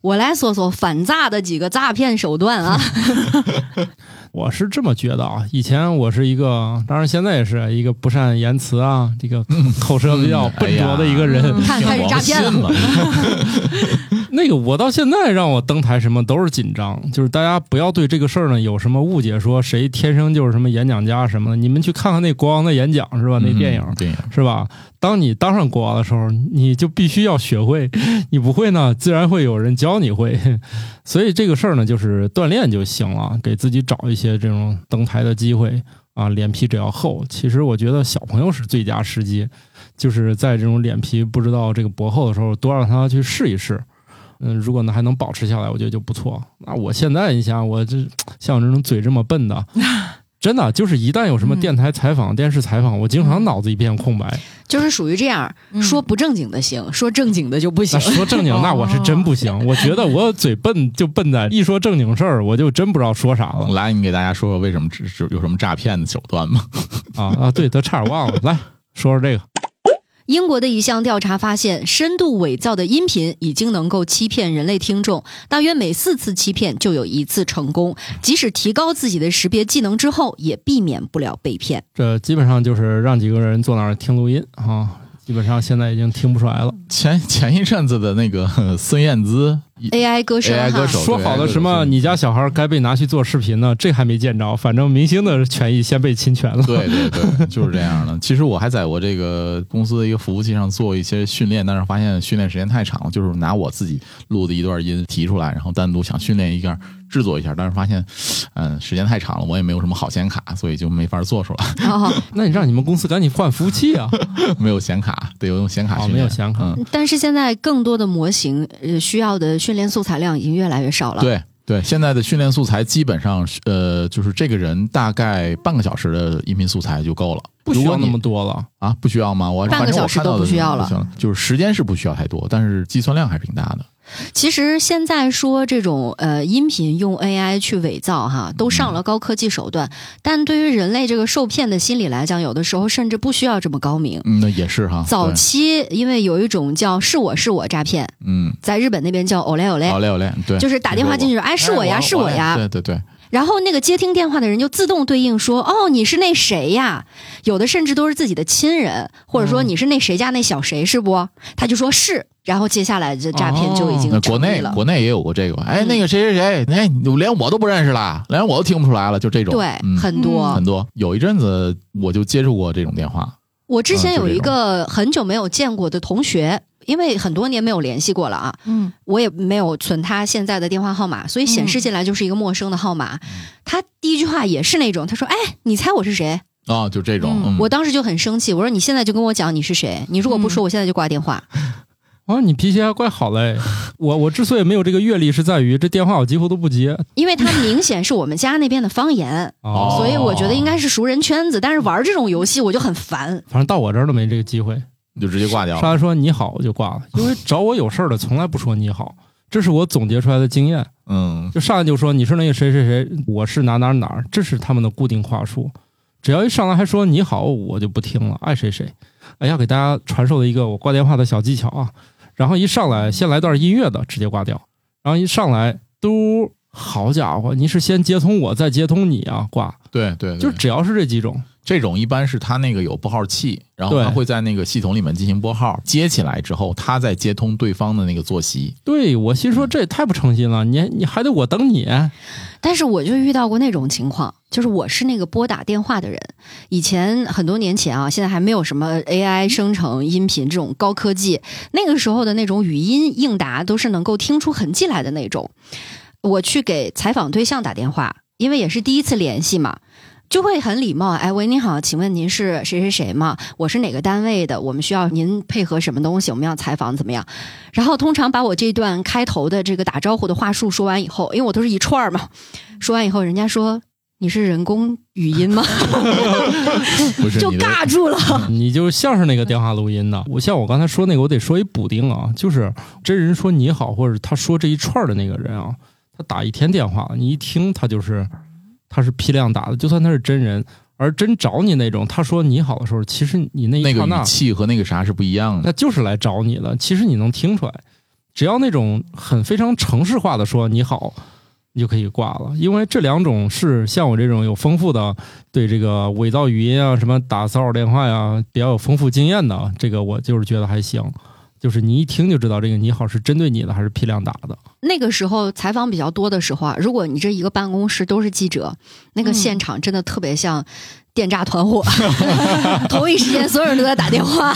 我来说说反诈的几个诈骗手段啊。 我是这么觉得啊，以前我是一个，当然现在也是一个不善言辞啊，这个口舌比嗯较笨拙的一个人。嗯哎呀看开始诈骗了挺 王信了，那个我到现在让我登台什么都是紧张，就是大家不要对这个事儿呢有什么误解，说谁天生就是什么演讲家什么的。你们去看看那国王的演讲是吧？那电影、嗯电影是吧？当你当上国王的时候，你就必须要学会，你不会呢，自然会有人教你会。 所以这个事儿呢，就是锻炼就行了，给自己找一些这种登台的机会啊，脸皮只要厚。其实我觉得小朋友是最佳时机，就是在这种脸皮不知道这个薄厚的时候，多让他去试一试。嗯，如果呢还能保持下来，我觉得就不错。那我现在你想，我这像我这种嘴这么笨的， 真的就是一旦有什么嗯电台采访、电视采访，我经常嗯脑子一片空 白。就是属于这样，嗯说不正经的行，说正经的就不行那。说正经，那我是真不行。我觉得我嘴笨就笨在一说正经事儿，我就真不知道说啥了来，你给大家说说为什么这这有什么诈骗的手段吗？ 啊啊！对，都差点忘了，来说说这个。英国的一项调查发现，深度伪造的音频已经能够欺骗人类听众，大约每四次欺骗就有一次成功。即使提高自己的识别技能之后，也避免不了被骗。这基本上就是让几个人坐那儿听录音啊，基本上现在已经听不出来了。前前一阵子的那个 呵孙燕姿 AI 歌啊声 AI 哈歌手说好的什么你家小孩该被拿去做视频呢？这还没见着，反正明星的权益先被侵权了。对对对，就是这样的。其实我还在我这个公司的一个服务器上做一些训练，但是发现训练时间太长了，就是拿我自己录的一段音提出来，然后单独想训练一下、制作一下，但是发现，嗯、时间太长了，我也没有什么好显卡，所以就没法做出 来，哦，那你让你们公司赶紧换服务器啊！没有显卡，得用显卡哦训练。没有显卡嗯，但是现在更多的模型，呃，需要的训练素材量已经越来越少了。，对。对，现在的训练素材基本上是，呃，就是这个人大概半个小时的音频素材就够了，不需如要果那你么多了。啊，不需要吗？我半个反正小我时看到都不的需要是了不行就是时间是不需要太多，但是计算量还是挺大的。其实现在说这种呃音频用 AI 去伪造哈，都上嗯了高科技手段，但对于人类这个受骗的心理来讲，有的时候甚至不需要这么高明。嗯，那也是哈，早对期因为有一种叫“是我是我”诈骗，嗯，哦在日本那边叫 “ole ole”，好嘞好嘞，对，哎就是打电话进去，哎，是我呀，是我呀，对对对，然后那个接听电话的人就自动对应说：“哦，你是那谁呀？”有的甚至都是自己的亲人，或者说嗯你是那谁家那小谁是不？他就说是，然后接下来这诈骗就已经嗯那国成立内了。国内也有过这个，哎，嗯那个谁谁谁，哎，你连我都不认识啦，连我都听不出来了，就这种，对，嗯、很多、嗯很多。有一阵子我就接触过这种电话，我之前嗯就有这一个很久没有见过的同学，因为很多年没有联系过了啊，嗯，我也没有存他现在的电话号码，所以显示进来就是一个陌生的号码。他第一句话也是那种，他说：“哎，你猜我是谁啊、就这种，嗯嗯，我当时就很生气，我说：“你现在就跟我讲你是谁，你如果不说，我现在就挂电话。哦，你脾气还怪好嘞！我我之所以没有这个阅历，是在于这电话我几乎都不接，啊因为他明显是我们家那边的方言，哦所以我觉得应该是熟人圈子。但是玩这种游戏我就很烦。反正到我这儿都没这个机会。就直接挂掉上了。来说你好，我就挂了，因为找我有事儿的从来不说你好，这是我总结出来的经验。嗯，就上来就说你是那个谁谁谁，我是哪哪哪儿，这是他们的固定话术。只要一上来还说你好，我就不听了，爱谁谁。哎，要给大家传授的一个我挂电话的小技巧啊。然后一上来先来段音乐的，直接挂掉。然后一上来嘟，好家伙，你是先接通我，再接通你啊，挂。对对对，就只要是这几种，这种一般是他那个有拨号器，然后对他会在那个系统里面进行拨号，接起来之后，他再接通对方的那个坐席。对我心说这也太不诚心了，你你还得我等你，但是我就遇到过那种情况，就是我是那个拨打电话的人。以前很多年前啊，现在还没有什么 AI 生成音频这种高科技，那个时候的那种语音应答都是能够听出痕迹来的那种。我去给采访对象打电话，因为也是第一次联系嘛。就会很礼貌，哎喂，您好，请问您是谁谁谁吗？我是哪个单位的？我们需要您配合什么东西？我们要采访怎么样？然后通常把我这段开头的这个打招呼的话术说完以后，因为我都是一串儿嘛，说完以后，人家说你是人工语音吗？不 嗯 是就你的尬住了。 你就像是那个电话录音的。我像我刚才说那个，我得说一补丁啊，就是真人说你好，或者他说这一串的那个人啊，他打一天电话，你一听他就是他是批量打的，就算他是真人，而真找你那种，他说你好的时候，其实你那一那刹个那语，气和那个啥是不一样 的。他就是来找你的，其实你能听出来，只要那种很非常城市化的说你好。你就可以挂了，因为这两种是像我这种有丰富的对这个伪造语音啊、什么打骚扰电话呀、比较有丰富经验的，啊这个我就是觉得还行。就是你一听就知道这个你好是针对你的还是批量打的。那个时候采访比较多的时候啊，如果你这一个办公室都是记者，那个现场真的特别像电诈团伙， 同一时间所有人都在打电话，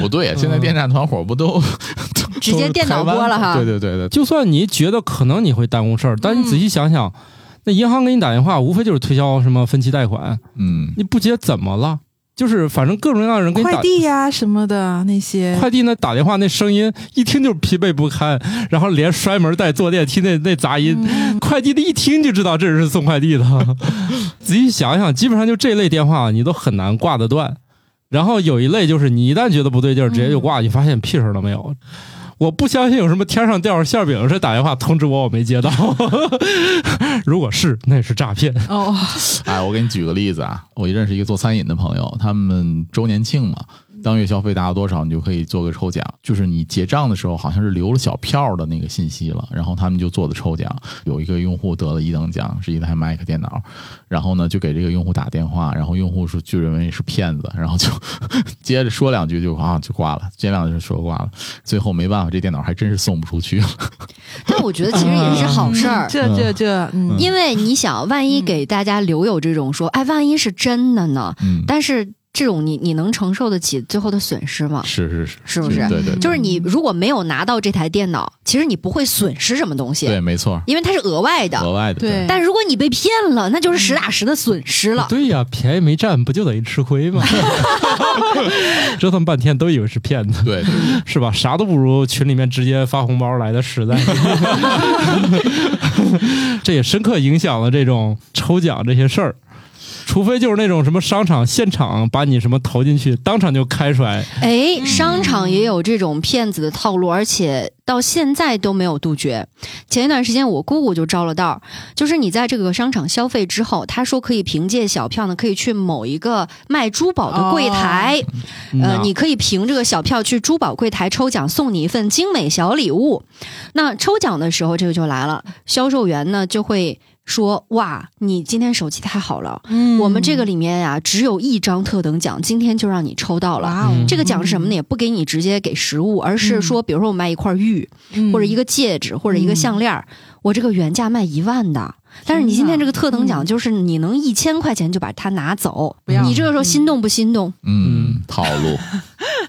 不对，现在电站团伙不都直接电脑拨了哈对对对对，就算你觉得可能你会耽误事儿，但你仔嗯细想想，那银行给你打电话，无非就是推销什么分期贷款，嗯，你不接怎么了？就是反正各种各样的人给你打快递呀什么的那些，快递那打电话那声音，一听就是疲惫不堪，然后连摔门带坐电梯那那杂音，嗯快递的一听就知道这是送快递的。 仔细想想，基本上就这类电话你都很难挂得断。然后有一类就是你一旦觉得不对劲儿，直接就挂，你发现屁事儿都没有。我不相信有什么天上掉馅儿饼，谁打电话通知我我没接到。 如果是，那是诈骗。哦， 哎，我给你举个例子啊，我一认识一个做餐饮的朋友，他们周年庆嘛，当月消费达到多少，你就可以做个抽奖。就是你结账的时候，好像是留了小票的那个信息了，然后他们就做的抽奖。有一个用户得了一等奖，是一台 Mac 电脑，然后呢就给这个用户打电话，然后用户说就认为是骗子，然后就 接着说两句就啊就挂了，接两句说挂了，最后没办法，这电脑还真是送不出去。但我觉得其实也是嗯好事儿。嗯这这这，嗯，因为你想，万一嗯给大家留有这种说，哎，万一是真的呢？嗯，但是这种你你能承受得起最后的损失吗？是是是，是不是？对对对就是你嗯如果没有拿到这台电脑，其实你不会损失什么东西对，，没错，因为它是额外的。额外的对但如果你被骗了，那就是实打实的损失了。对呀，便宜没占，不就等于吃亏吗？ 折腾半天都以为是骗子，对对是吧？啥都不如群里面直接发红包来的实在。 这也深刻影响了这种抽奖这些事儿。除非就是那种什么商场现场把你什么投进去，当场就开出来，哎，商场也有这种骗子的套路，而且到现在都没有杜绝。前一段时间我姑姑就着了道儿，就是你在这个商场消费之后，她说可以凭借小票呢，可以去某一个卖珠宝的柜台，呃嗯啊那，你可以凭这个小票去珠宝柜台抽奖，送你一份精美小礼物。那抽奖的时候，这个就来了，销售员呢就会。说哇，你今天手气太好了，嗯我们这个里面呀、只有一张特等奖，今天就让你抽到了。哇嗯哦，这个奖是什么呢？也不给你直接给实物，而是说，比如说我卖一块玉，嗯？或者一个戒指，或者一个项链儿，我这个原价卖一万的，但是你今天这个特嗯等奖就是你能一千块钱就把它拿走，不要你这个时候心动不心动？嗯，套路，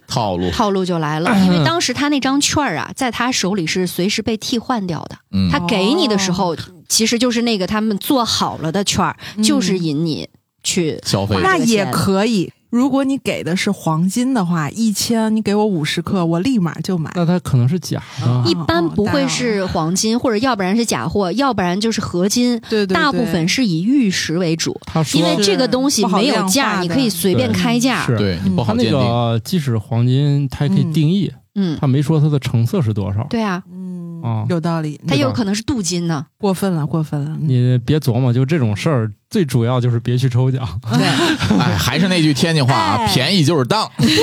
套路，套路就来嗯了，因为当时他那张券儿啊，在他手里是随时被替换掉的。嗯他给你的时候，其实就是那个他们做好了的券儿，哦嗯就是引你去。消费者那也可以。如果你给的是黄金的话，一千你给我五十克，我立马就买。那它可能是假的哦一。般不会是黄金，或者要不然是假货，要不然就是合金。对对对，大部分是以玉石为主，他说因为这个东西没不好有量价，化你的可以随便开价。是对你不它好那鉴定，个即使黄金，它也可以定义，嗯，它没说它的成色是多少。对啊，嗯哦有道理。它对吧有可能是镀金呢。过分了，过分了。 嗯你别琢磨，就这种事儿，最主要就是别去抽 奖。哎，还是那句天津话啊，便宜就是当。不能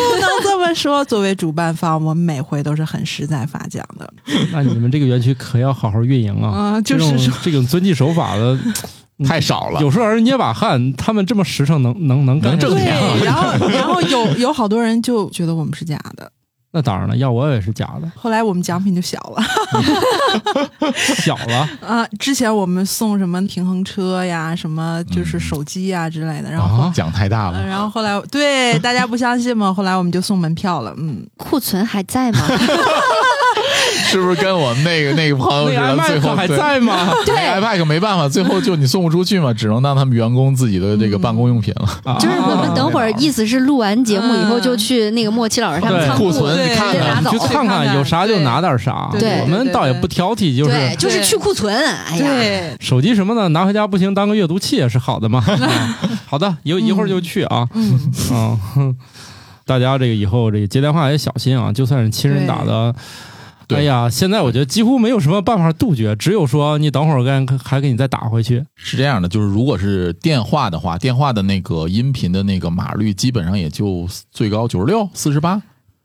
这么说。作为主办方，我们每回都是很实在发奖的。那你们这个园区可要好好运营嗯啊！啊，就这是种说，这种遵纪守法的，太少了，啊有事儿捏把汗，他们这么实诚，能能能干啊能挣下去钱吗 对，然后然后有有好多人就觉得我们是假的。那当然了，要我也是假 的，后来我们奖品就小了小了。啊！之前我们送什么平衡车呀，什么就是手机呀之类的，然后啊，讲太大呃了。然后后来对大家不相信嘛，后来我们就送门票了。嗯，库存还 在吗？是不是跟我们那个那个朋友那似个 iMac 的？最后还对在 吗？对那个 iPad 没办法，最后就你送不出去嘛，只能当他们员工自己的这个办公用品了。啊就是我们等会儿，意思是录完节目以后就去那个莫奇老师他们对仓库库存对你看直接拿看，走你去看看有啥就拿点啥。对对我们倒也不挑剔，就是对，就是去库存。哎呀，对，手机什么的拿回家不行，当个阅读器也是好 的嘛。啊好的，一一会儿就去啊。嗯，嗯，哼大家这个以后这个接电话也小心啊，就算是亲人打的。对哎呀，现在我觉得几乎没有什么办法杜绝，只有说你等会儿该还给你再打回去。是这样的，就是如果是电话的话，电话的那个音频的那个码率基本上也就最高九十六、四十八、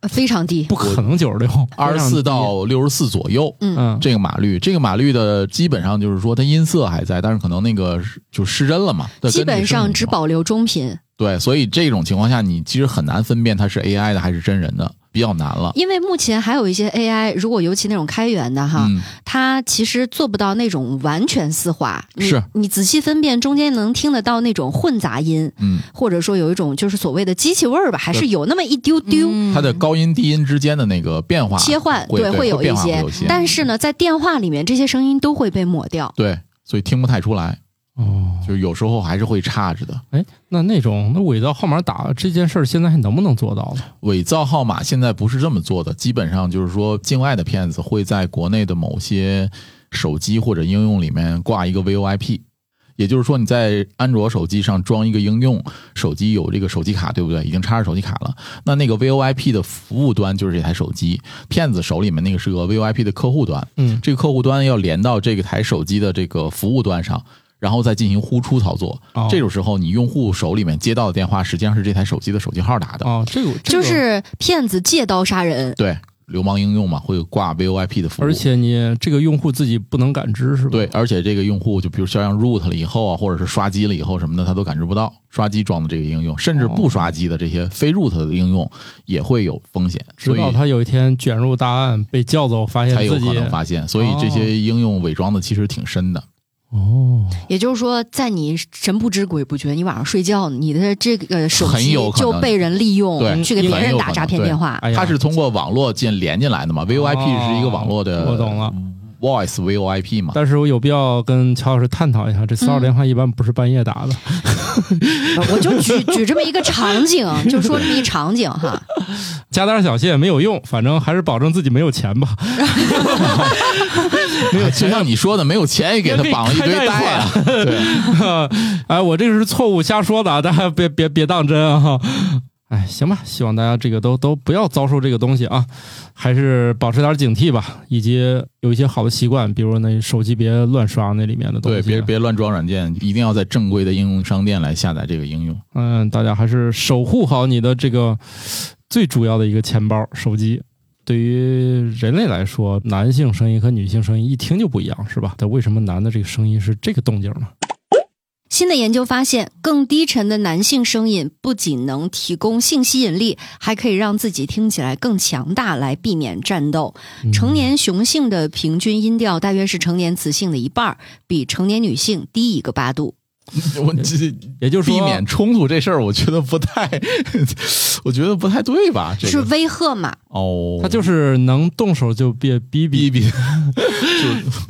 非常低。不可能九十六，二十四到六十四左右。嗯，这个码率，这个码率的基本上就是说它音色还在，但是可能那个是就失真了嘛，它跟基那本个声上音只有关保留中频，对，所以这种情况下，你其实很难分辨它是 AI 的还是真人的，比较难了。因为目前还有一些 AI，如果尤其那种开源的哈，嗯，它其实做不到那种完全丝滑。你是，你仔细分辨中间能听得到那种混杂音，嗯，或者说有一种就是所谓的机器味儿吧，还是有那么一丢丢。嗯它的高音低音之间的那个变化切换啊会对会有一变化些有一些，但是呢，在电话里面这些声音都会被抹掉。对，所以听不太出来，哦，就有时候还是会差着的。哎，那那种那伪造号码打这件事儿，现在还能不能做到了？伪造号码现在不是这么做的，基本上就是说，境外的骗子会在国内的某些手机或者应用里面挂一个 VoIP，也就是说你在安卓手机上装一个应用，手机有这个手机卡，对不对？已经插上手机卡了，那那个 VoIP 的服务端就是这台手机，骗子手里面那个是个 VoIP 的客户端，嗯，这个客户端要连到这个台手机的这个服务端上。然后再进行呼出操作，哦这种时候你用户手里面接到的电话实际上是这台手机的手机号打的，哦，这个这就个是骗子借刀杀人，对，流氓应用嘛，会挂 VoIP 的服务，而且你这个用户自己不能感知是吧？对，而且这个用户就比如像 root 了以后啊，或者是刷机了以后什么的，他都感知不到刷机装的这个应用，甚至不刷机的这些非 root 的应用也会有风险，直所以到他有一天卷入大案被叫走，发现才有自己啊可能发现。所以这些应用伪装的其实挺深的。哦，也就是说，在你神不知鬼不觉，你晚上睡觉，你的这个手很机有可能就被人利对用，去给别人打诈骗电话。 哎呀，哦它是通过网络进连进来的嘛，VoIP 是一个网络的，我懂了。 ，Voice VoIP 嘛。但是我有必要跟乔老师探讨一下，这骚扰电话一般不是半夜打的，我就举举这么一个场景，就说这么一场景 哈，加点小谢没有用，反正还是保证自己没有钱吧。没有，就像你说的，没有钱也给 他绑了一堆带啊。对，哎，我这个是错误瞎说的，啊，大家别别别当真啊！哎，行吧，希望大家这个都都不要遭受这个东西啊，还是保持点警惕吧，以及有一些好的习惯，比如那手机别乱刷那里面的东西。啊对，别别乱装软件，一定要在正规的应用商店来下载这个应用。嗯，大家还是守护好你的这个最主要的一个钱包、手机。对于人类来说，男性声音和女性声音一听就不一样，是吧？但为什么男的这个声音是这个动静呢？新的研究发现，更低沉的男性声音不仅能提供性吸引力，还可以让自己听起来更强大，来避免战斗。嗯成年雄性的平均音调大约是成年雌性的一半儿，比成年女性低一个八度。 我这也就是说避免冲突这事儿，我觉得不太， 我觉得不太对吧？这是个威吓嘛？哦，他就是能动手就别逼逼逼，逼，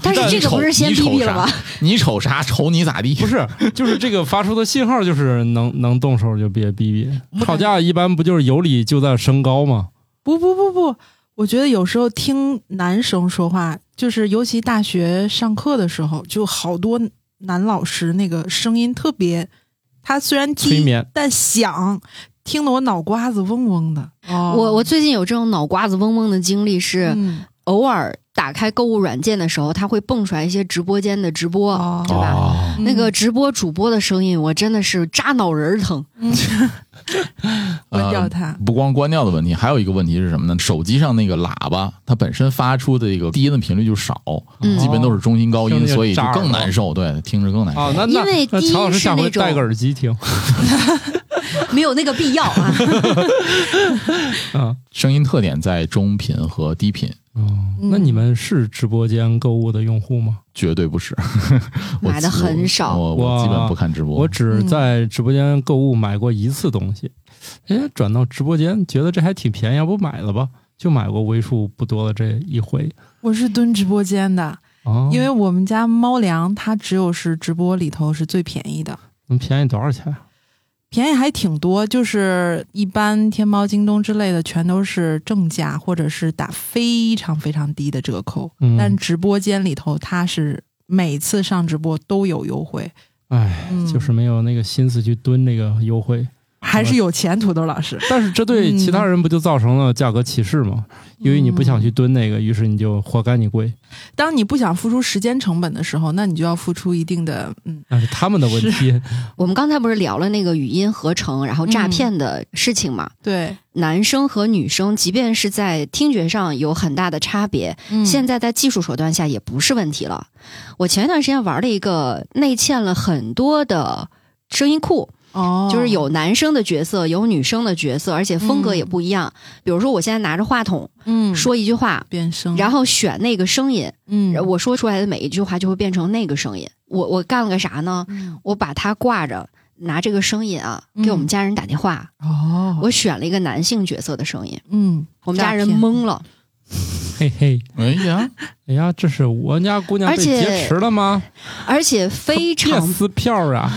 但是这个不是先逼逼了吗？你瞅啥？瞅你咋地？ 不是，就是这个发出的信号就是能能动手就别逼逼。感吵架一般不就是有理就在声高吗？不不不不，我觉得有时候听男生说话，就是尤其大学上课的时候，就好多男老师那个声音特别，他虽然低催眠但响，听得我脑瓜子嗡嗡的。哦我我最近有这种脑瓜子嗡嗡的经历是，嗯偶尔打开购物软件的时候，它会蹦出来一些直播间的直播，哦对吧？哦那个直播主播的声音，我真的是扎脑仁儿疼。嗯关啊掉它，呃不光关掉的问题，还有一个问题是什么呢？手机上那个喇叭，它本身发出的这个低音的频率就少，嗯基本都是中音高听音，着所以就扎耳朵更难受，对，听着更难受。啊，那因为那那第一乔老师是下回那种戴个耳机听。没有那个必 要啊。啊，声音特点在中频和低频，哦，嗯那你们是直播间购物的用户吗？绝对不是。我买得很少我我我基本哇不看直播。我只在直播间购物买过一次东西，哎，转到直播间觉得这还挺便宜，要不买了吧？就买过为数不多的这一回我是蹲直播间的，啊，因为我们家猫粮它只有是直播里头是最便宜的。能便宜多少钱啊？便宜还挺多，就是一般天猫、京东之类的全都是正价，或者是打非常非常低的折扣。嗯但直播间里头，它是每次上直播都有优惠，哎，嗯就是没有那个心思去蹲这个优惠，还是有前途的。老师，但是这对其他人不就造成了价格歧视嗯吗？由于你不想去蹲那个，于是你就活该你贵，当你不想付出时间成本的时候，那你就要付出一定的嗯。那是他们的问题。我们刚才不是聊了那个语音合成，然后嗯诈骗的事情嘛？对，男生和女生，即便是在听觉上有很大的差别，嗯现在在技术手段下也不是问题了。我前一段时间玩了一个内嵌了很多的声音库，哦，就是有男生的角色，有女生的角色，而且风格也不一样。比如说，我现在拿着话筒嗯说一句话，变声，然后选那个声音，嗯我说出来的每一句话就会变成那个声音。我我干了个啥呢？嗯我把它挂着，拿这个声音啊嗯给我们家人打电话。哦，我选了一个男性角色的声音，嗯我们家人诈骗懵了。 嘿嘿，哎呀，哎呀，这是我家姑娘而被且劫持了吗？而且哦非别常撕票啊！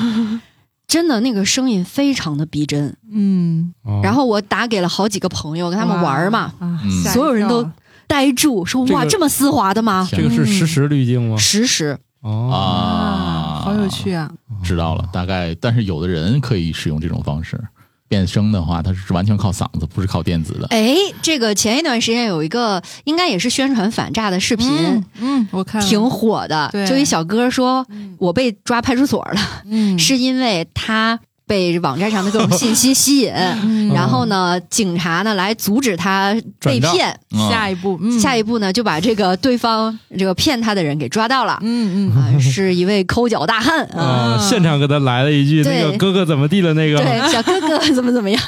真的那个声音非常的逼真。嗯，哦然后我打给了好几个朋友，跟他们玩儿嘛，哇，啊嗯吓一所有人都跳呆住，说这个哇啊这么丝滑的吗？这个是实时滤镜吗？实时。哦，啊啊，，好有趣啊！知道了，大概。但是有的人可以使用这种方式变声的话，它是完全靠嗓子，不是靠电子 的。哎，这个前一段时间有一个应该也是宣传反诈的视频嗯，嗯，我看了挺火的。对就一小哥说嗯：“我被抓派出所了，嗯是因为他被网站上的各种信息吸引， 嗯 然后呢，警察呢来阻止他被转账骗。嗯下一步，嗯下一步呢，就把这个对方这个骗他的人给抓到了。”嗯嗯，啊，是一位抠脚大汉啊！啊！啊现场给他来了一句对那个哥哥怎么地的那个，对，小哥哥怎么 怎么样，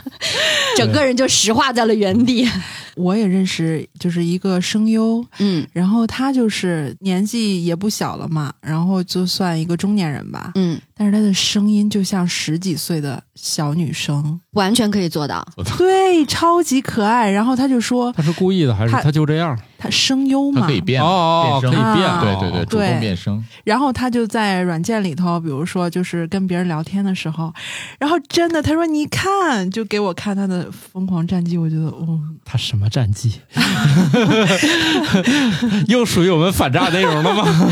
整个人就石化在了原地。我也认识，就是一个声优，嗯然后他就是年纪也不小了嘛，然后就算一个中年人吧，嗯，但是他的声音就像十几岁的小女生，完全可以做到。对，超级可爱。然后他就说他是故意的还是他他就这样？他声优它嘛可，以变，哦，哦可变以声。啊变，哦对对对，主动对变声，然后他就在软件里头，比如说就是跟别人聊天的时候，然后真的他说你看，就给我看他的疯狂战绩，我觉得哦，他什么战绩？ 又属于我们反诈内容了 吗？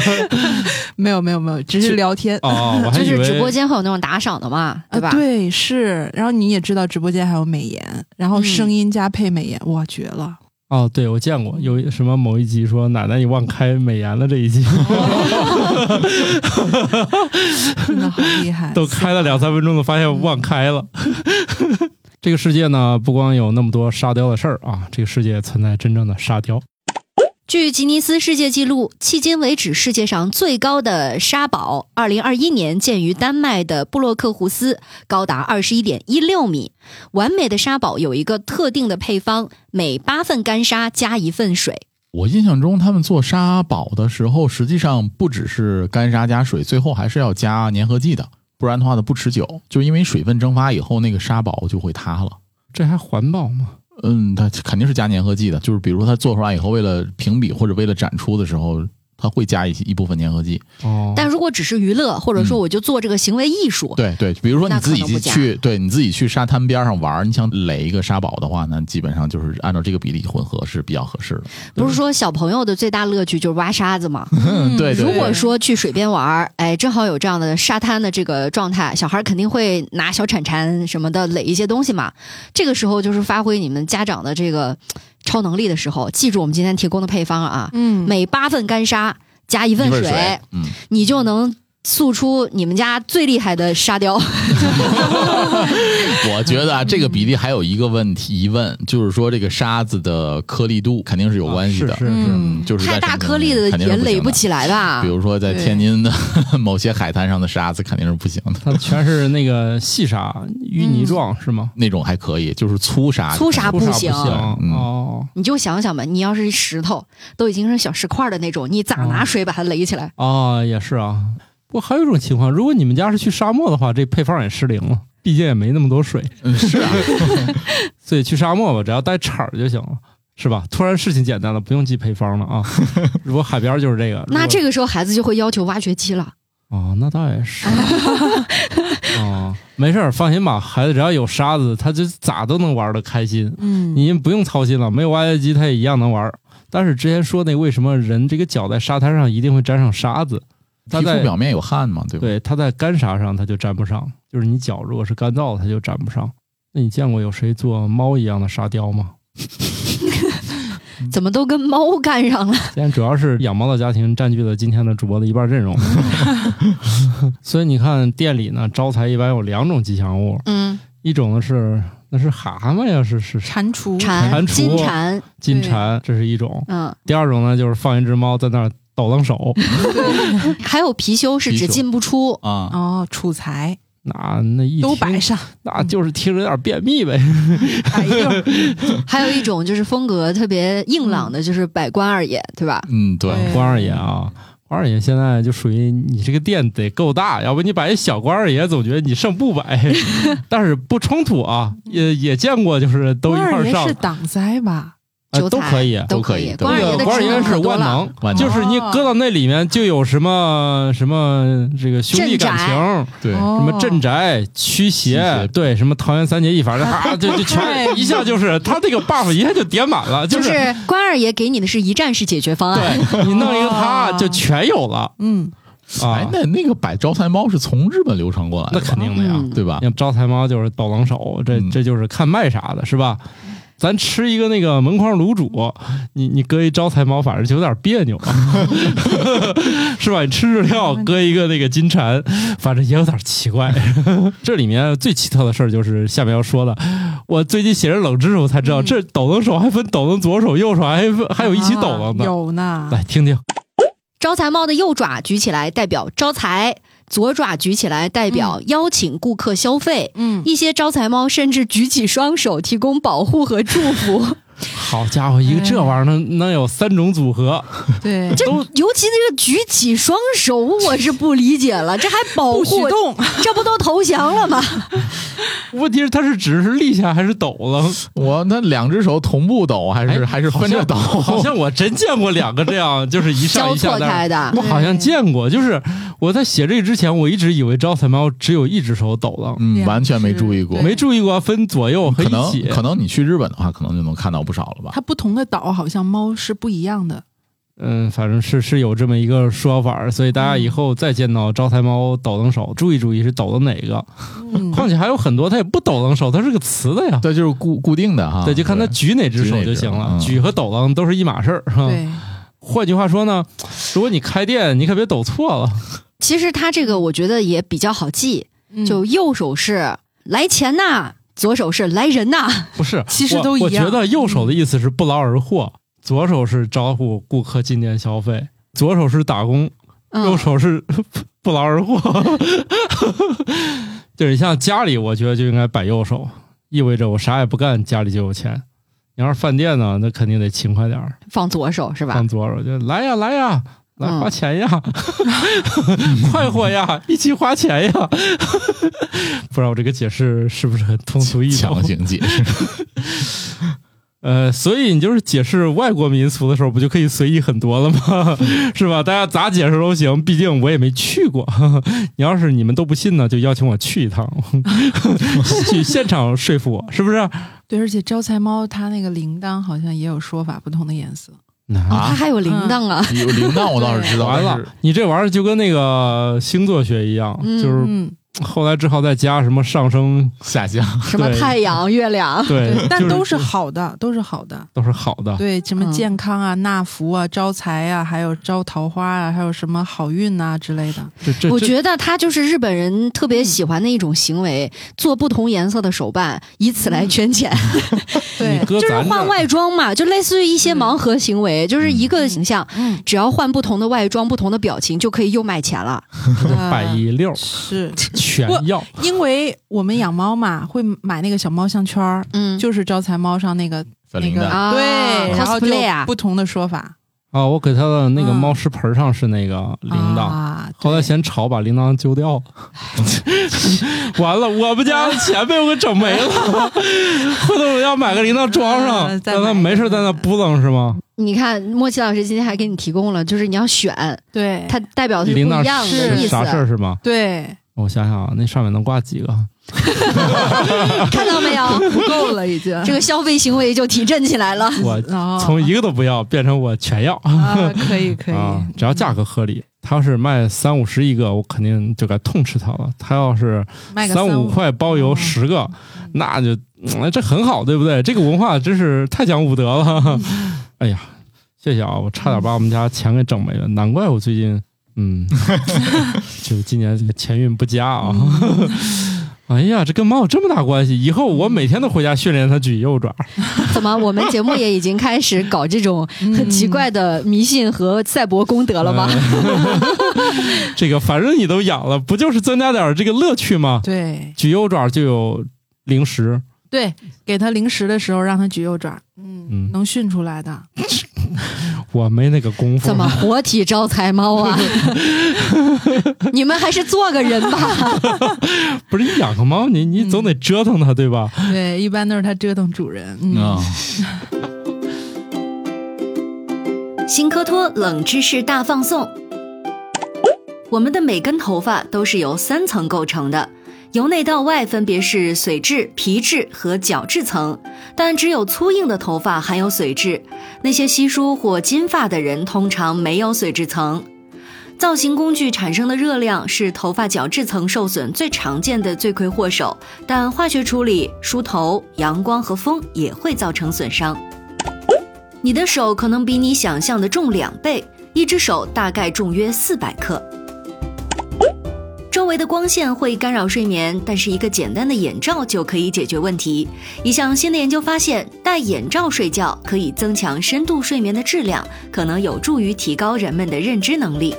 没有没有没有，只就是聊天。哦，我还就以是为直播间会有那种打赏的嘛，对吧？啊，对，是。然后你也知道，直播间还有美颜，然后嗯声音加配美颜，哇，绝了！哦，对我见过有什么某一集说奶奶你忘开美颜了这一集，真的好厉害。 都开了两三分钟了，发现忘开了。 这个世界呢，不光有那么多沙雕的事儿啊，这个世界存在真正的沙雕。据吉尼斯世界纪录，迄今为止世界上最高的沙堡，二零二一年建于丹麦的布洛克胡斯，高达二十一点一六米。完美的沙堡有一个特定的配方，每八份干沙加一份水。我印象中，他们做沙堡的时候，实际上不只是干沙加水，最后还是要加粘合剂的，不然的话它不持久。就因为水分蒸发以后，那个沙堡就会塌了。这还环保吗？嗯，它肯定是加粘合剂的，就是比如嗯说它做出来以后，为了评比或者为了展出的时候，它会加一些一部分粘合剂。哦，但如果只是娱乐，或嗯者说我就做这个行为艺术，对对，比如说你那可自能己不去加去，对你自己去沙滩边上玩儿，你想垒一个沙堡的话呢，基本上就是按照这个比例混合是比较合适的。不是说小朋友的最大乐趣就是挖沙子吗？嗯， 对对如果对，说去水边玩儿，哎，正好有这样的沙滩的这个状态，小孩儿肯定会拿小铲铲什么的垒一些东西嘛。这个时候就是发挥你们家长的这个超能力的时候，记住我们今天提供的配方啊，嗯，每八份干沙加一份一水，份水，嗯，你就能。塑出你们家最厉害的沙雕，我觉得啊，这个比例还有一个问题疑问，就是说这个沙子的颗粒度肯定是有关系的，啊是是是嗯，就是太在大什么颗粒的地方肯定也是垒不不行起啊来的。吧比？如说在对天津的某些海滩上的沙子肯定是不行的，它全是那个细沙、淤泥嗯状是吗？那种还可以，就是粗沙，粗沙不不行行嗯哦你就想想吧，你要是石头都已经是小石块儿的那种，你咋拿哦水把它垒起来？哦，也是啊。不过还有一种情况，如果你们家是去沙漠的话，这配方也失灵了，毕竟也没那么多水，嗯是啊， 所以去沙漠吧，只要带铲儿就行了。是吧？突然事情简单了，不用记配方 了啊！如果海边儿就是这个，那这个个时候孩子就会要求挖掘机了。哦，那倒也 是哦，没事儿，放心吧，孩子只要有沙子，他就咋都能玩的开心。嗯，你不用操心了，没有挖掘机它也一样能玩儿。但是之前说那为什么人这个脚在沙滩上一定会沾上沙子？皮它肤在表面有汗嘛，对吧？对它在干沙上它就沾不上，就是你脚如果是干燥的它就沾不上。那你见过有谁做猫一样的沙雕 吗？怎么都跟猫干上了？现在主要是养猫的家庭占据了今天的主播的一半阵 容，所以你看店里呢招财一般有两种吉祥物，嗯，一种呢是那是蛤蟆呀，是是是蟾蜍，蝉蟾蜍金蝉，金对蝉，这是一种；嗯，第二种呢就是放一只猫在那儿抖楞手，还有貔貅是貔只貅进不 出。啊，哦，楚才那那一都听 摆上，那就是听着有点便秘呗。摆一溜儿，还有一种就是风格特别硬朗的，就是百官二爷，对吧？嗯，对，对关二爷啊，关二爷现在就属于你这个店得够大，要不你摆一小关二爷，总觉得你胜不 摆。但是不冲突啊，也也见过就是都一关块二儿爷上是，挡灾吧？呃韭都菜可以。都都可可以关对二爷这的个关二职爷能是可多万了。能，万能就是你搁到那里面就有什么什么这个兄弟感情，对，哦什么镇宅、驱驱邪邪，对，什么桃园三结义，反正啊，就就 全一下就是他这个 buff 一下就点满了，就是关二爷给你的是一站式解决方案，对你哦弄一个他就全有了嗯，啊哎，，那那个摆招财猫是从日本流传过来那的肯吧，定的呀。嗯对吧？像招财猫就是抖狼手，这啊嗯这就是看卖啥的，是吧？咱吃一个那个门框卤煮，你你搁一招财猫，反正就有点别扭，是吧？你吃日嗯料搁一个那个金蝉，反正也有点奇怪。 这里面最奇特的事儿就是下面要说的，我最近写着冷知识，我才知道、嗯这抖楞手还分抖楞左手右手，还分还有一起抖楞啊的。有呢，来听听，招财猫的右爪举起来代表招财，左爪举起来代表邀请顾客消费。 嗯，一些招财猫甚至举起双手提供保护和祝福，好家伙，嗯一个这玩意儿能能有三种组合，对，这尤其这个举起双手，我是不理解了，这还保不许护动，这不都投降 了吗？问题是它是只是立下还是抖楞？我那两只手同步抖还是嗯哎还是分着 抖？好像我真见过两个这样，就是一上交一下错的。开的我好像见过，就是我在写这个之前，我一直以为招财猫只有一只手抖了， 嗯，完全没注意过对，没注意过分左右和可一能起。可能你去日本的话，可能就能看到不少了吧？它不同的岛好像猫是不一样 的，嗯，反正是是有这么一个说法儿，所以大家以后再见到招财猫抖楞手，注意注意是抖楞哪个。嗯，况且还有很多它也不抖楞手，它是个词的呀。对，就是固固定的哈。对，就看它举哪只手就行了，嗯举哪只嗯举和抖楞都是一码事儿。哈对，换句话说呢，如果你开店，你可别抖错了。其实它这个我觉得也比较好记，嗯就右手是来钱呐，左手是来人呐，不是，其实我都一我觉样得右手的意思是不劳而获，左手是招呼顾客进店消费，左手是打工，嗯右手是 不劳而获。 对，像家里，我觉得就应该摆右手，意味着我啥也不干，家里就有钱。你要是饭店呢，那肯定得勤快点儿，放左手是吧放？左手就来呀来呀，来嗯花钱呀，嗯快活呀，一起花钱呀。 不知道我这个解释是不是很通俗易懂？强行解释，呃，所以你就是解释外国民俗的时候，不就可以随意很多了 吗？是吧？大家咋解释都行，毕竟我也没去过。 你要是你们都不信呢，就邀请我去一 趟，去现场说服我，是不是？对，而且招财猫它那个铃铛好像也有说法，不同的颜色。哦，啊它还有铃嗯铛啊，有铃铛我倒是知道， 完但了是，你这玩意儿就跟那个星座学一样，嗯就是嗯，后来只好再加什么上升，下降什么对太阳、月亮，对，对，但就都是好的，都是好的。都是好的。对，什么嗯健康啊、纳福啊、招财啊，还有招桃花啊，还有什么好运啊之 类的。这这我这嗯觉得它就是日本人特别喜欢的一种行为，做不同颜色的手办，以此来圈钱，嗯对 你，搁就是咱这换外装嘛，就类似于一些盲盒行为，就是一个形象，嗯，只要换不同的外装、不同的表情，就可以又卖钱了。呃摆一 溜儿是全不要，因为我们养猫嘛，会买那个小猫项圈儿，嗯，就是招财猫上那个小那铃个铛，啊对，然后就 cosplay 啊不同的说法。啊，我给他的那个嗯猫食盆上是那个铃铛，啊，后来对嫌吵，把铃铛揪掉了。 完了，我们家的钱被我给整没了。 回头我要买个铃铛装上，嗯再让买他一个没事在那扑棱是吗？你看，莫奇老师今天还给你提供了，就是你要选，对，它代表的是铃呃不铛一样的意思。是啥事儿是吗？ 对我想想啊，那上面能挂 几个？看到没 有？不够了已 经。这个消费行为就提振起来了。我哦从一个都不要变成我全要啊，可以可以，啊，只要价格合理。他要是卖三五十一个，我肯定就该痛斥他了。他要是卖个三五五块包邮哦十个，那就、嗯这很好，对不对？这个文化真是太讲武德了。 哎呀，谢谢啊，我差点把我们家钱给整没了，难怪我最近嗯，就今年这个钱运不佳啊。 哎呀，这跟猫有这么大关系？以后我每天都回家训练它举右爪。怎么，我们节目也已经开始搞这种很奇怪的迷信和赛博功德了 吗？哎嗯 这个反正你都养了，不就是增加点儿这个乐趣吗？对举右爪就有零食，对，给它零食的时候让它举右爪，嗯嗯，能训出来的。我没那个功夫。怎么活体招财猫 啊？你们还是做个人吧。不是你养个猫，你你总得折腾它，对 吧？对，一般都是它折腾主人。嗯啊，，新科托冷知识大放送。我们的每根头发都是由三层构成的，由内到外分别是髓质、皮质和角质层，但只有粗硬的头发含有髓质。那些稀疏或金发的人通常没有髓质层。造型工具产生的热量是头发角质层受损最常见的罪魁祸首，但化学处理、梳头、阳光和风也会造成损伤。你的手可能比你想象的重两倍，一只手大概重约四百克。周围的光线会干扰睡眠，但是一个简单的眼罩就可以解决问题。一项新的研究发现，戴眼罩睡觉可以增强深度睡眠的质量，可能有助于提高人们的认知能力。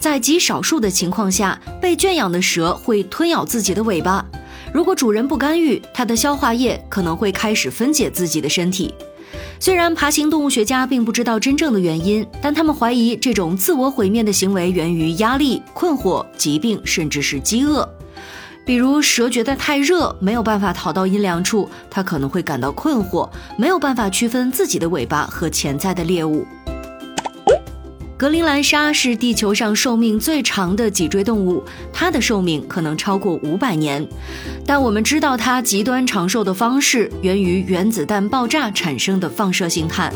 在极少数的情况下，被圈养的蛇会吞咬自己的尾巴。如果主人不干预，它的消化液可能会开始分解自己的身体。虽然爬行动物学家并不知道真正的原因，但他们怀疑这种自我毁灭的行为源于压力、困惑、疾病，甚至是饥饿。比如，蛇觉得太热，没有办法逃到阴凉处，它可能会感到困惑，没有办法区分自己的尾巴和潜在的猎物。格陵兰鲨是地球上寿命最长的脊椎动物，它的寿命可能超过五百年。但我们知道它极端长寿的方式源于原子弹爆炸产生的放射性碳。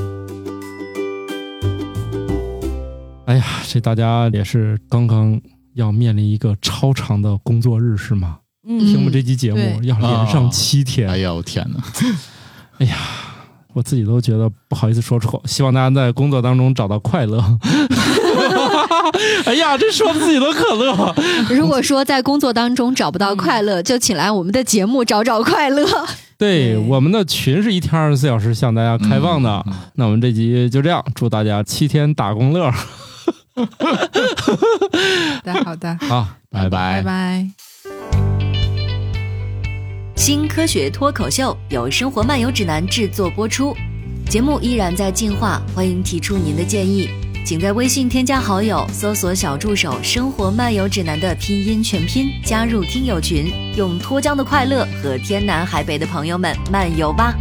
哎呀，这大家也是刚刚要面临一个超长的工作日是吗？听我嗯们这期节目、对啊要连上七天，哎呀，我天哪， 我自己都觉得不好意思说出口。希望大家在工作当中找到快乐。哎呀，这说的自己都可 乐。 如果说在工作当中找不到快乐，就请来我们的节目找找快乐。对，对我们的群是一天二十四小时向大家开放的。嗯那我们这集就这样，祝大家七天打工乐儿嗯好的，好的，啊！拜拜。拜拜。新科学脱口秀由生活漫游指南制作播出，节目依然在进化，欢迎提出您的建议，请在微信添加好友，搜索小助手“生活漫游指南”的拼音全拼，加入听友群，用脱缰的快乐和天南海北的朋友们漫游吧。